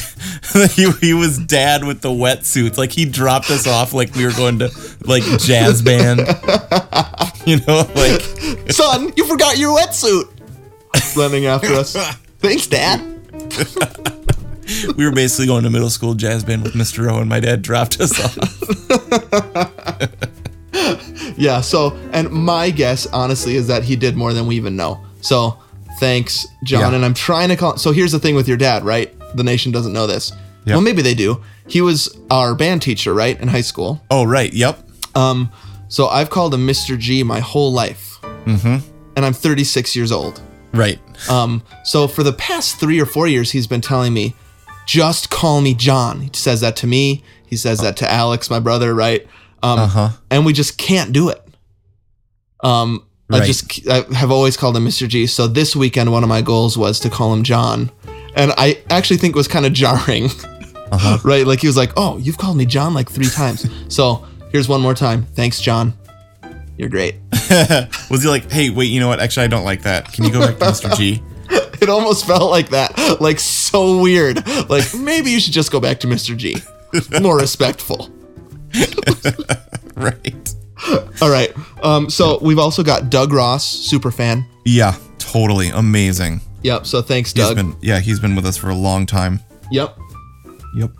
S2: he, he was dad with the wetsuits. Like he dropped us off like we were going to like jazz band. You know, like
S1: son you forgot your wetsuit running after us thanks dad
S2: we were basically going to middle school jazz band with Mr. O and my dad dropped us off.
S1: yeah so and my guess honestly is that he did more than we even know so thanks john
S2: Yeah.
S1: and i'm trying to call so here's the thing with your dad right the nation doesn't know this
S2: Yep.
S1: well maybe they do he was our band teacher right in high school
S2: Oh right, yep.
S1: Um, so I've called him Mr. G my whole life. Mm-hmm. And I'm 36 years old.
S2: Right.
S1: Um, so for the past three or four years, he's been telling me, just call me John. He says that to me. He says that to Alex, my brother, right? Um,
S2: Uh-huh.
S1: And we just can't do it. Um, I
S2: Right.
S1: just I have always called him Mr. G. So this weekend, one of my goals was to call him John, and I actually think it was kind of jarring,
S2: Uh-huh.
S1: right? Like he was like, "Oh, you've called me John like three times." so here's one more time. Thanks, John. You're great.
S2: Was he like, hey, wait, you know what? Actually, I don't like that. Can you go back to Mr. G?
S1: It almost felt like that. Like so weird. Like maybe you should just go back to Mr. G. More respectful.
S2: Right.
S1: All right. Um, so we've also got Doug Ross, super fan.
S2: Yeah, totally amazing.
S1: Yep. So thanks,
S2: He's
S1: Doug.
S2: been yeah, he's been with us for a long time.
S1: yep.
S2: Yep.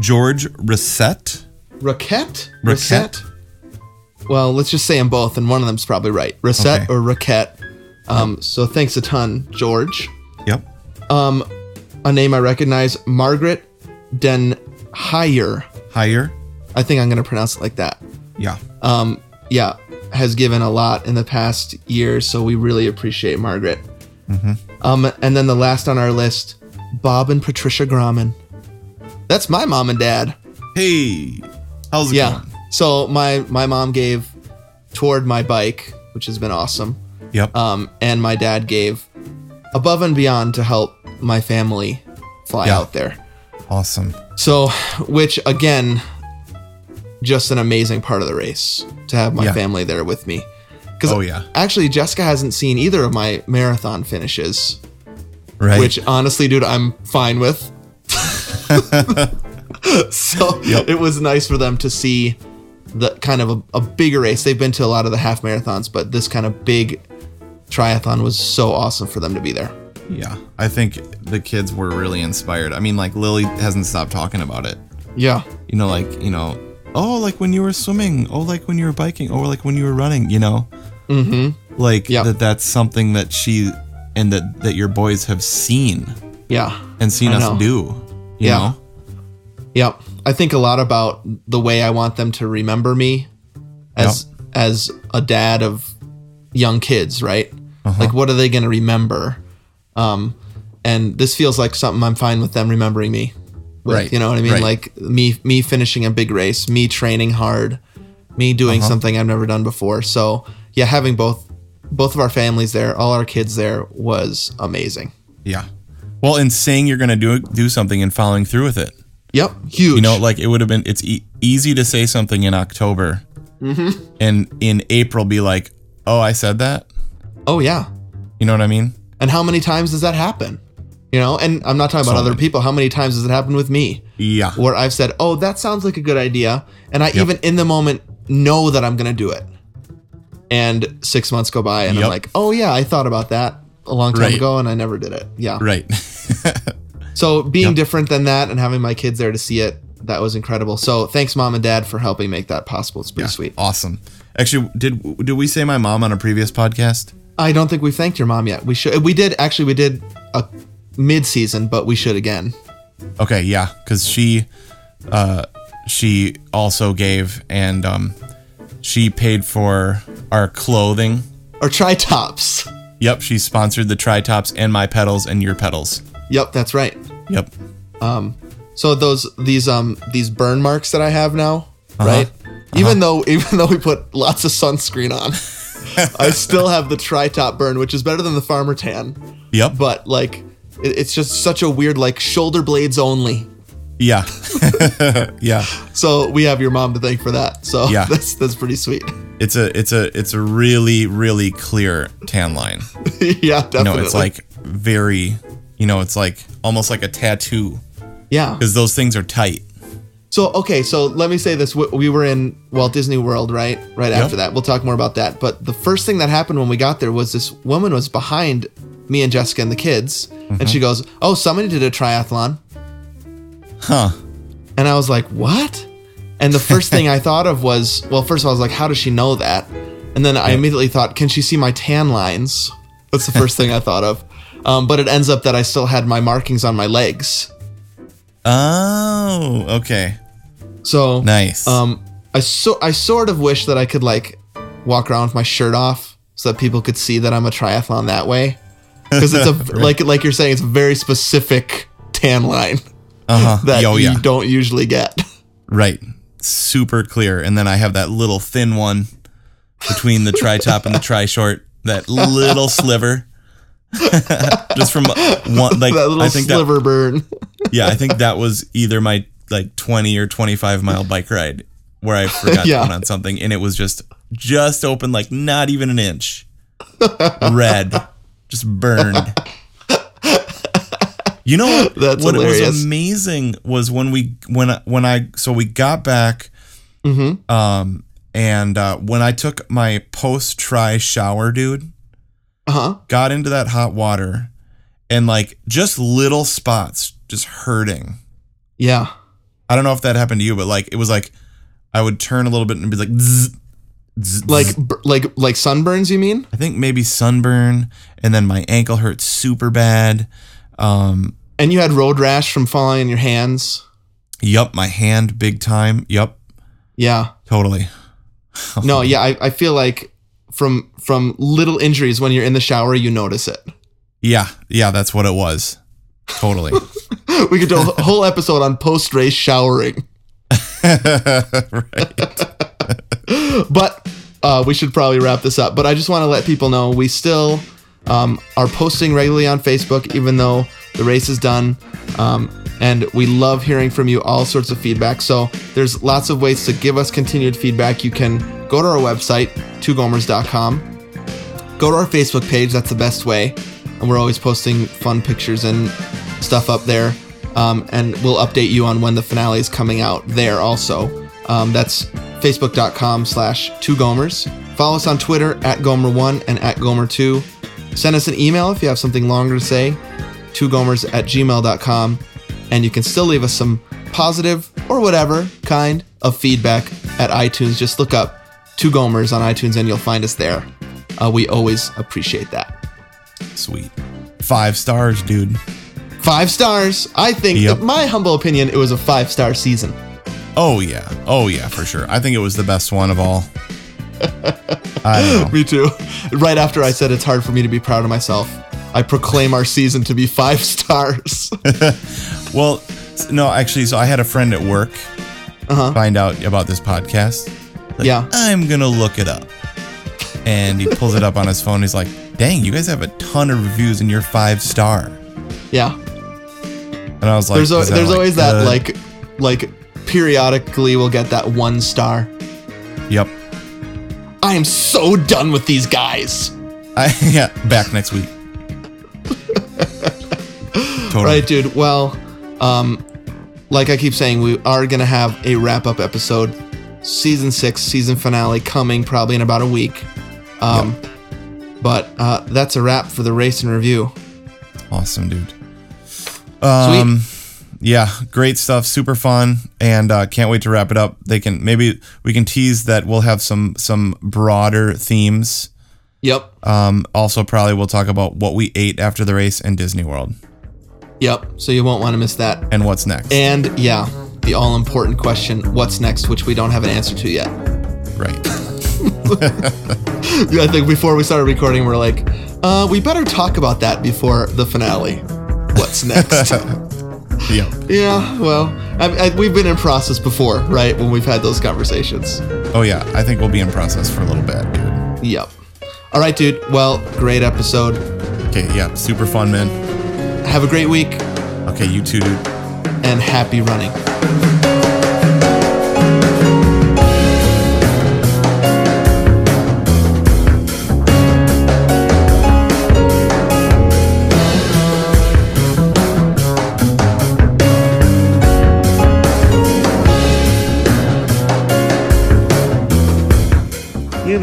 S2: George Reset.
S1: Raquette?
S2: Raquette?
S1: Well, let's just say them both, and one of them's probably right. Reset
S2: Okay.
S1: or Raquette. Um, so thanks a ton, George.
S2: Yep.
S1: A name I recognize, Margaret Den Heyer.
S2: Higher.
S1: I think I'm going to pronounce it like that.
S2: Yeah.
S1: um, yeah, has given a lot in the past year, so we really appreciate Margaret. Um, and then the last on our list, Bob and Patricia Grauman. That's my mom and dad.
S2: Hey. How's it
S1: Yeah. So my my mom gave toward my bike, which has been awesome,
S2: going? Yep.
S1: um, and my dad gave above and beyond to help my family fly
S2: Yeah.
S1: out there.
S2: awesome.
S1: So, which again, just an amazing part of the race to have my
S2: Yeah.
S1: family there with me. 'Cause
S2: Oh, yeah.
S1: Actually, Jessica hasn't seen either of my marathon finishes,
S2: Right.
S1: which honestly, dude, I'm fine with. so
S2: Yep.
S1: it was nice for them to see the kind of a, a bigger race. They've been to a lot of the half marathons, but this kind of big triathlon was so awesome for them to be there.
S2: yeah. I think the kids were really inspired. I mean, like Lily hasn't stopped talking about it.
S1: Yeah.
S2: You know, like, you know, oh, like when you were swimming, oh, like when you were biking, or like when you were running, you know? Mm-hmm. Like
S1: Yep.
S2: that that's something that she and that that your boys have seen
S1: Yeah.
S2: and seen
S1: I
S2: us
S1: know.
S2: do. You
S1: Yeah.
S2: know?
S1: Yep. I think a lot about the way I want them to remember me as as a dad of young kids, right?
S2: Uh-huh.
S1: Like what are they going to remember? Um and this feels like something I'm fine with them remembering me. with,
S2: Right.
S1: You know what I mean?
S2: Right.
S1: Like me me finishing a big race, me training hard, me doing
S2: Uh-huh.
S1: something I've never done before. So, yeah, having both both of our families there, all our kids there was amazing.
S2: Yeah. Well, and saying you're going to do do something and following through with it.
S1: Yep, huge.
S2: You know, like it would have been it's e- easy to say something in October.
S1: Mm-hmm.
S2: And in April be like, "Oh, I said that?"
S1: oh yeah.
S2: You know what I mean?
S1: And how many times does that happen? You know, and I'm not talking about
S2: So
S1: other
S2: many.
S1: people. How many times does it happen with me
S2: Yeah.
S1: where I've said, oh, that sounds like a good idea. And I even in the moment know that I'm going to do it. And six months go by and
S2: Yep.
S1: I'm like, oh, yeah, I thought about that a long time
S2: Right.
S1: ago and I never did it. Yeah.
S2: Right.
S1: So being different than that and having my kids there to see it, that was incredible. So thanks, mom and dad, for helping make that possible. It's pretty sweet.
S2: awesome. Actually, did did we say my mom on a previous podcast?
S1: I don't think we've thanked your mom yet. We should, we did actually, we did a mid season, but we should again.
S2: Okay, yeah, because she, uh, she also gave and um, she paid for our clothing.
S1: Or try tops.
S2: Yep, she sponsored the tri tops and my pedals and your pedals.
S1: Yep, that's right.
S2: Yep.
S1: So those these um these burn marks that I have now,
S2: Uh-huh.
S1: right? Even though even though we put lots of sunscreen on, I still have the tri top burn, which is better than the farmer tan.
S2: Yep.
S1: But like, it, it's just such a weird like shoulder blades only.
S2: yeah, yeah.
S1: So we have your mom to thank for that. So
S2: Yeah.
S1: that's that's pretty sweet.
S2: It's a it's a it's a really really clear tan line.
S1: yeah, definitely.
S2: You know, it's like very, you know, it's like almost like a tattoo
S1: yeah.
S2: because those things are tight.
S1: So okay, so let me say this: we we were in Walt Disney World, right? Right after that, we'll talk more about that. But the first thing that happened when we got there was this woman was behind me and Jessica and the kids, and
S2: Mm-hmm.
S1: she goes, "Oh, somebody did a triathlon,"
S2: Huh.
S1: and I was like, "What?" And the first thing I thought of was, well, first of all, I was like, "How does she know that?" And then I immediately thought, "Can she see my tan lines?" That's the first thing I thought of. Um, but it ends up that I still had my markings on my legs.
S2: Oh, okay.
S1: So
S2: Nice.
S1: Um, I so I sort of wish that I could like walk around with my shirt off so that people could see that I'm a triathlon that way, because it's a like like you're saying it's a very specific tan line.
S2: Uh huh.
S1: that
S2: Oh,
S1: you
S2: yeah.
S1: don't usually get.
S2: Right. Super clear. And then I have that little thin one between the tri top and the tri short, that little sliver. Just from one, like,
S1: that little
S2: I think
S1: sliver burn.
S2: that, yeah, I think that was either my like 20 or 25 mile bike ride where I forgot
S1: Yeah.
S2: to put on something and it was just, just open, like not even an inch. Red. Just burned. You know what?
S1: That's
S2: what
S1: hilarious.
S2: was amazing was when we when I- when I so we got back
S1: Mm-hmm.
S2: um, and uh, when I took my post try shower, dude,
S1: Uh huh.
S2: got into that hot water and like just little spots just hurting.
S1: Yeah.
S2: I don't know if that happened to you, but like it was like I would turn a little bit and be like, zzz, zzz,
S1: Like
S2: zzz.
S1: bur- like like sunburns. You mean?
S2: I think maybe sunburn, and then my ankle hurt super bad. Um,
S1: And you had road rash from falling in your hands.
S2: yup, my hand big time. Yup,
S1: Yeah.
S2: totally.
S1: No. Yeah. I, I feel like from from little injuries when you're in the shower you notice it.
S2: Yeah, yeah, that's what it was. Totally.
S1: We could do a whole episode on post race showering.
S2: right.
S1: but uh, we should probably wrap this up. But I just want to let people know we still um, are posting regularly on Facebook, even though the race is done. Um, and we love hearing from you, all sorts of feedback. So there's lots of ways to give us continued feedback. You can go to our website, twogomers.com, go to our Facebook page. That's the best way. And we're always posting fun pictures and stuff up there. Um, and we'll update you on when the finale is coming out there also. Um, that's facebook.com slash two gomers. Follow us on Twitter at gomer1 and at gomer2. Send us an email if you have something longer to say, two gomers at gmail.com. And you can still leave us some positive or whatever kind of feedback at iTunes. Just look up two gomers on iTunes and you'll find us there. Uh, we always appreciate that.
S2: Sweet. Five stars, dude.
S1: Five stars. I think,
S2: Yep.
S1: in my humble opinion, it was a five star season.
S2: Oh yeah. Oh yeah, for sure. I think it was the best one of all. I don't know.
S1: Me too. Right after I said it's hard for me to be proud of myself, I proclaim our season to be five stars.
S2: Well, s- no, actually, so I had a friend at work find out about this podcast. Like,
S1: Uh-huh. Yeah.
S2: I'm gonna look it up. And he pulls it up on his phone. He's like, "Dang, you guys have a ton of reviews, and you're five star."
S1: yeah.
S2: And I was like,
S1: There's, al-
S2: "Is that,
S1: there's
S2: like,
S1: always
S2: good?"
S1: that, like, like, periodically we'll get that one star.
S2: yep."
S1: I am so done with these guys.
S2: I yeah, back next week. totally.
S1: Right, dude. Well, um, like I keep saying, we are gonna have a wrap up episode, season six, season finale coming probably in about a week. Um, but uh, that's a wrap for the race and review.
S2: Awesome, dude. Um, yeah, great stuff. Super fun, and uh, can't wait to wrap it up. They can maybe we can tease that we'll have some some broader themes.
S1: Yep,
S2: Um, also, probably we'll talk about what we ate after the race and Disney World
S1: yep. So you won't want to miss that.
S2: and what's next.
S1: And yeah, the all important question: What's next? Which we don't have an answer to yet.
S2: right.
S1: I think before we started recording, we are like, uh, we better talk about that before the finale. What's next?
S2: yep.
S1: Yeah, well, I, I, we've been in process before, right? When we've had those conversations.
S2: Oh yeah, I think we'll be in process for a little bit, dude.
S1: Yep. All right, dude. Well, great episode.
S2: Okay. Yeah. Super fun, man.
S1: Have a great week
S2: Okay. You too, dude.
S1: and happy running.
S3: You've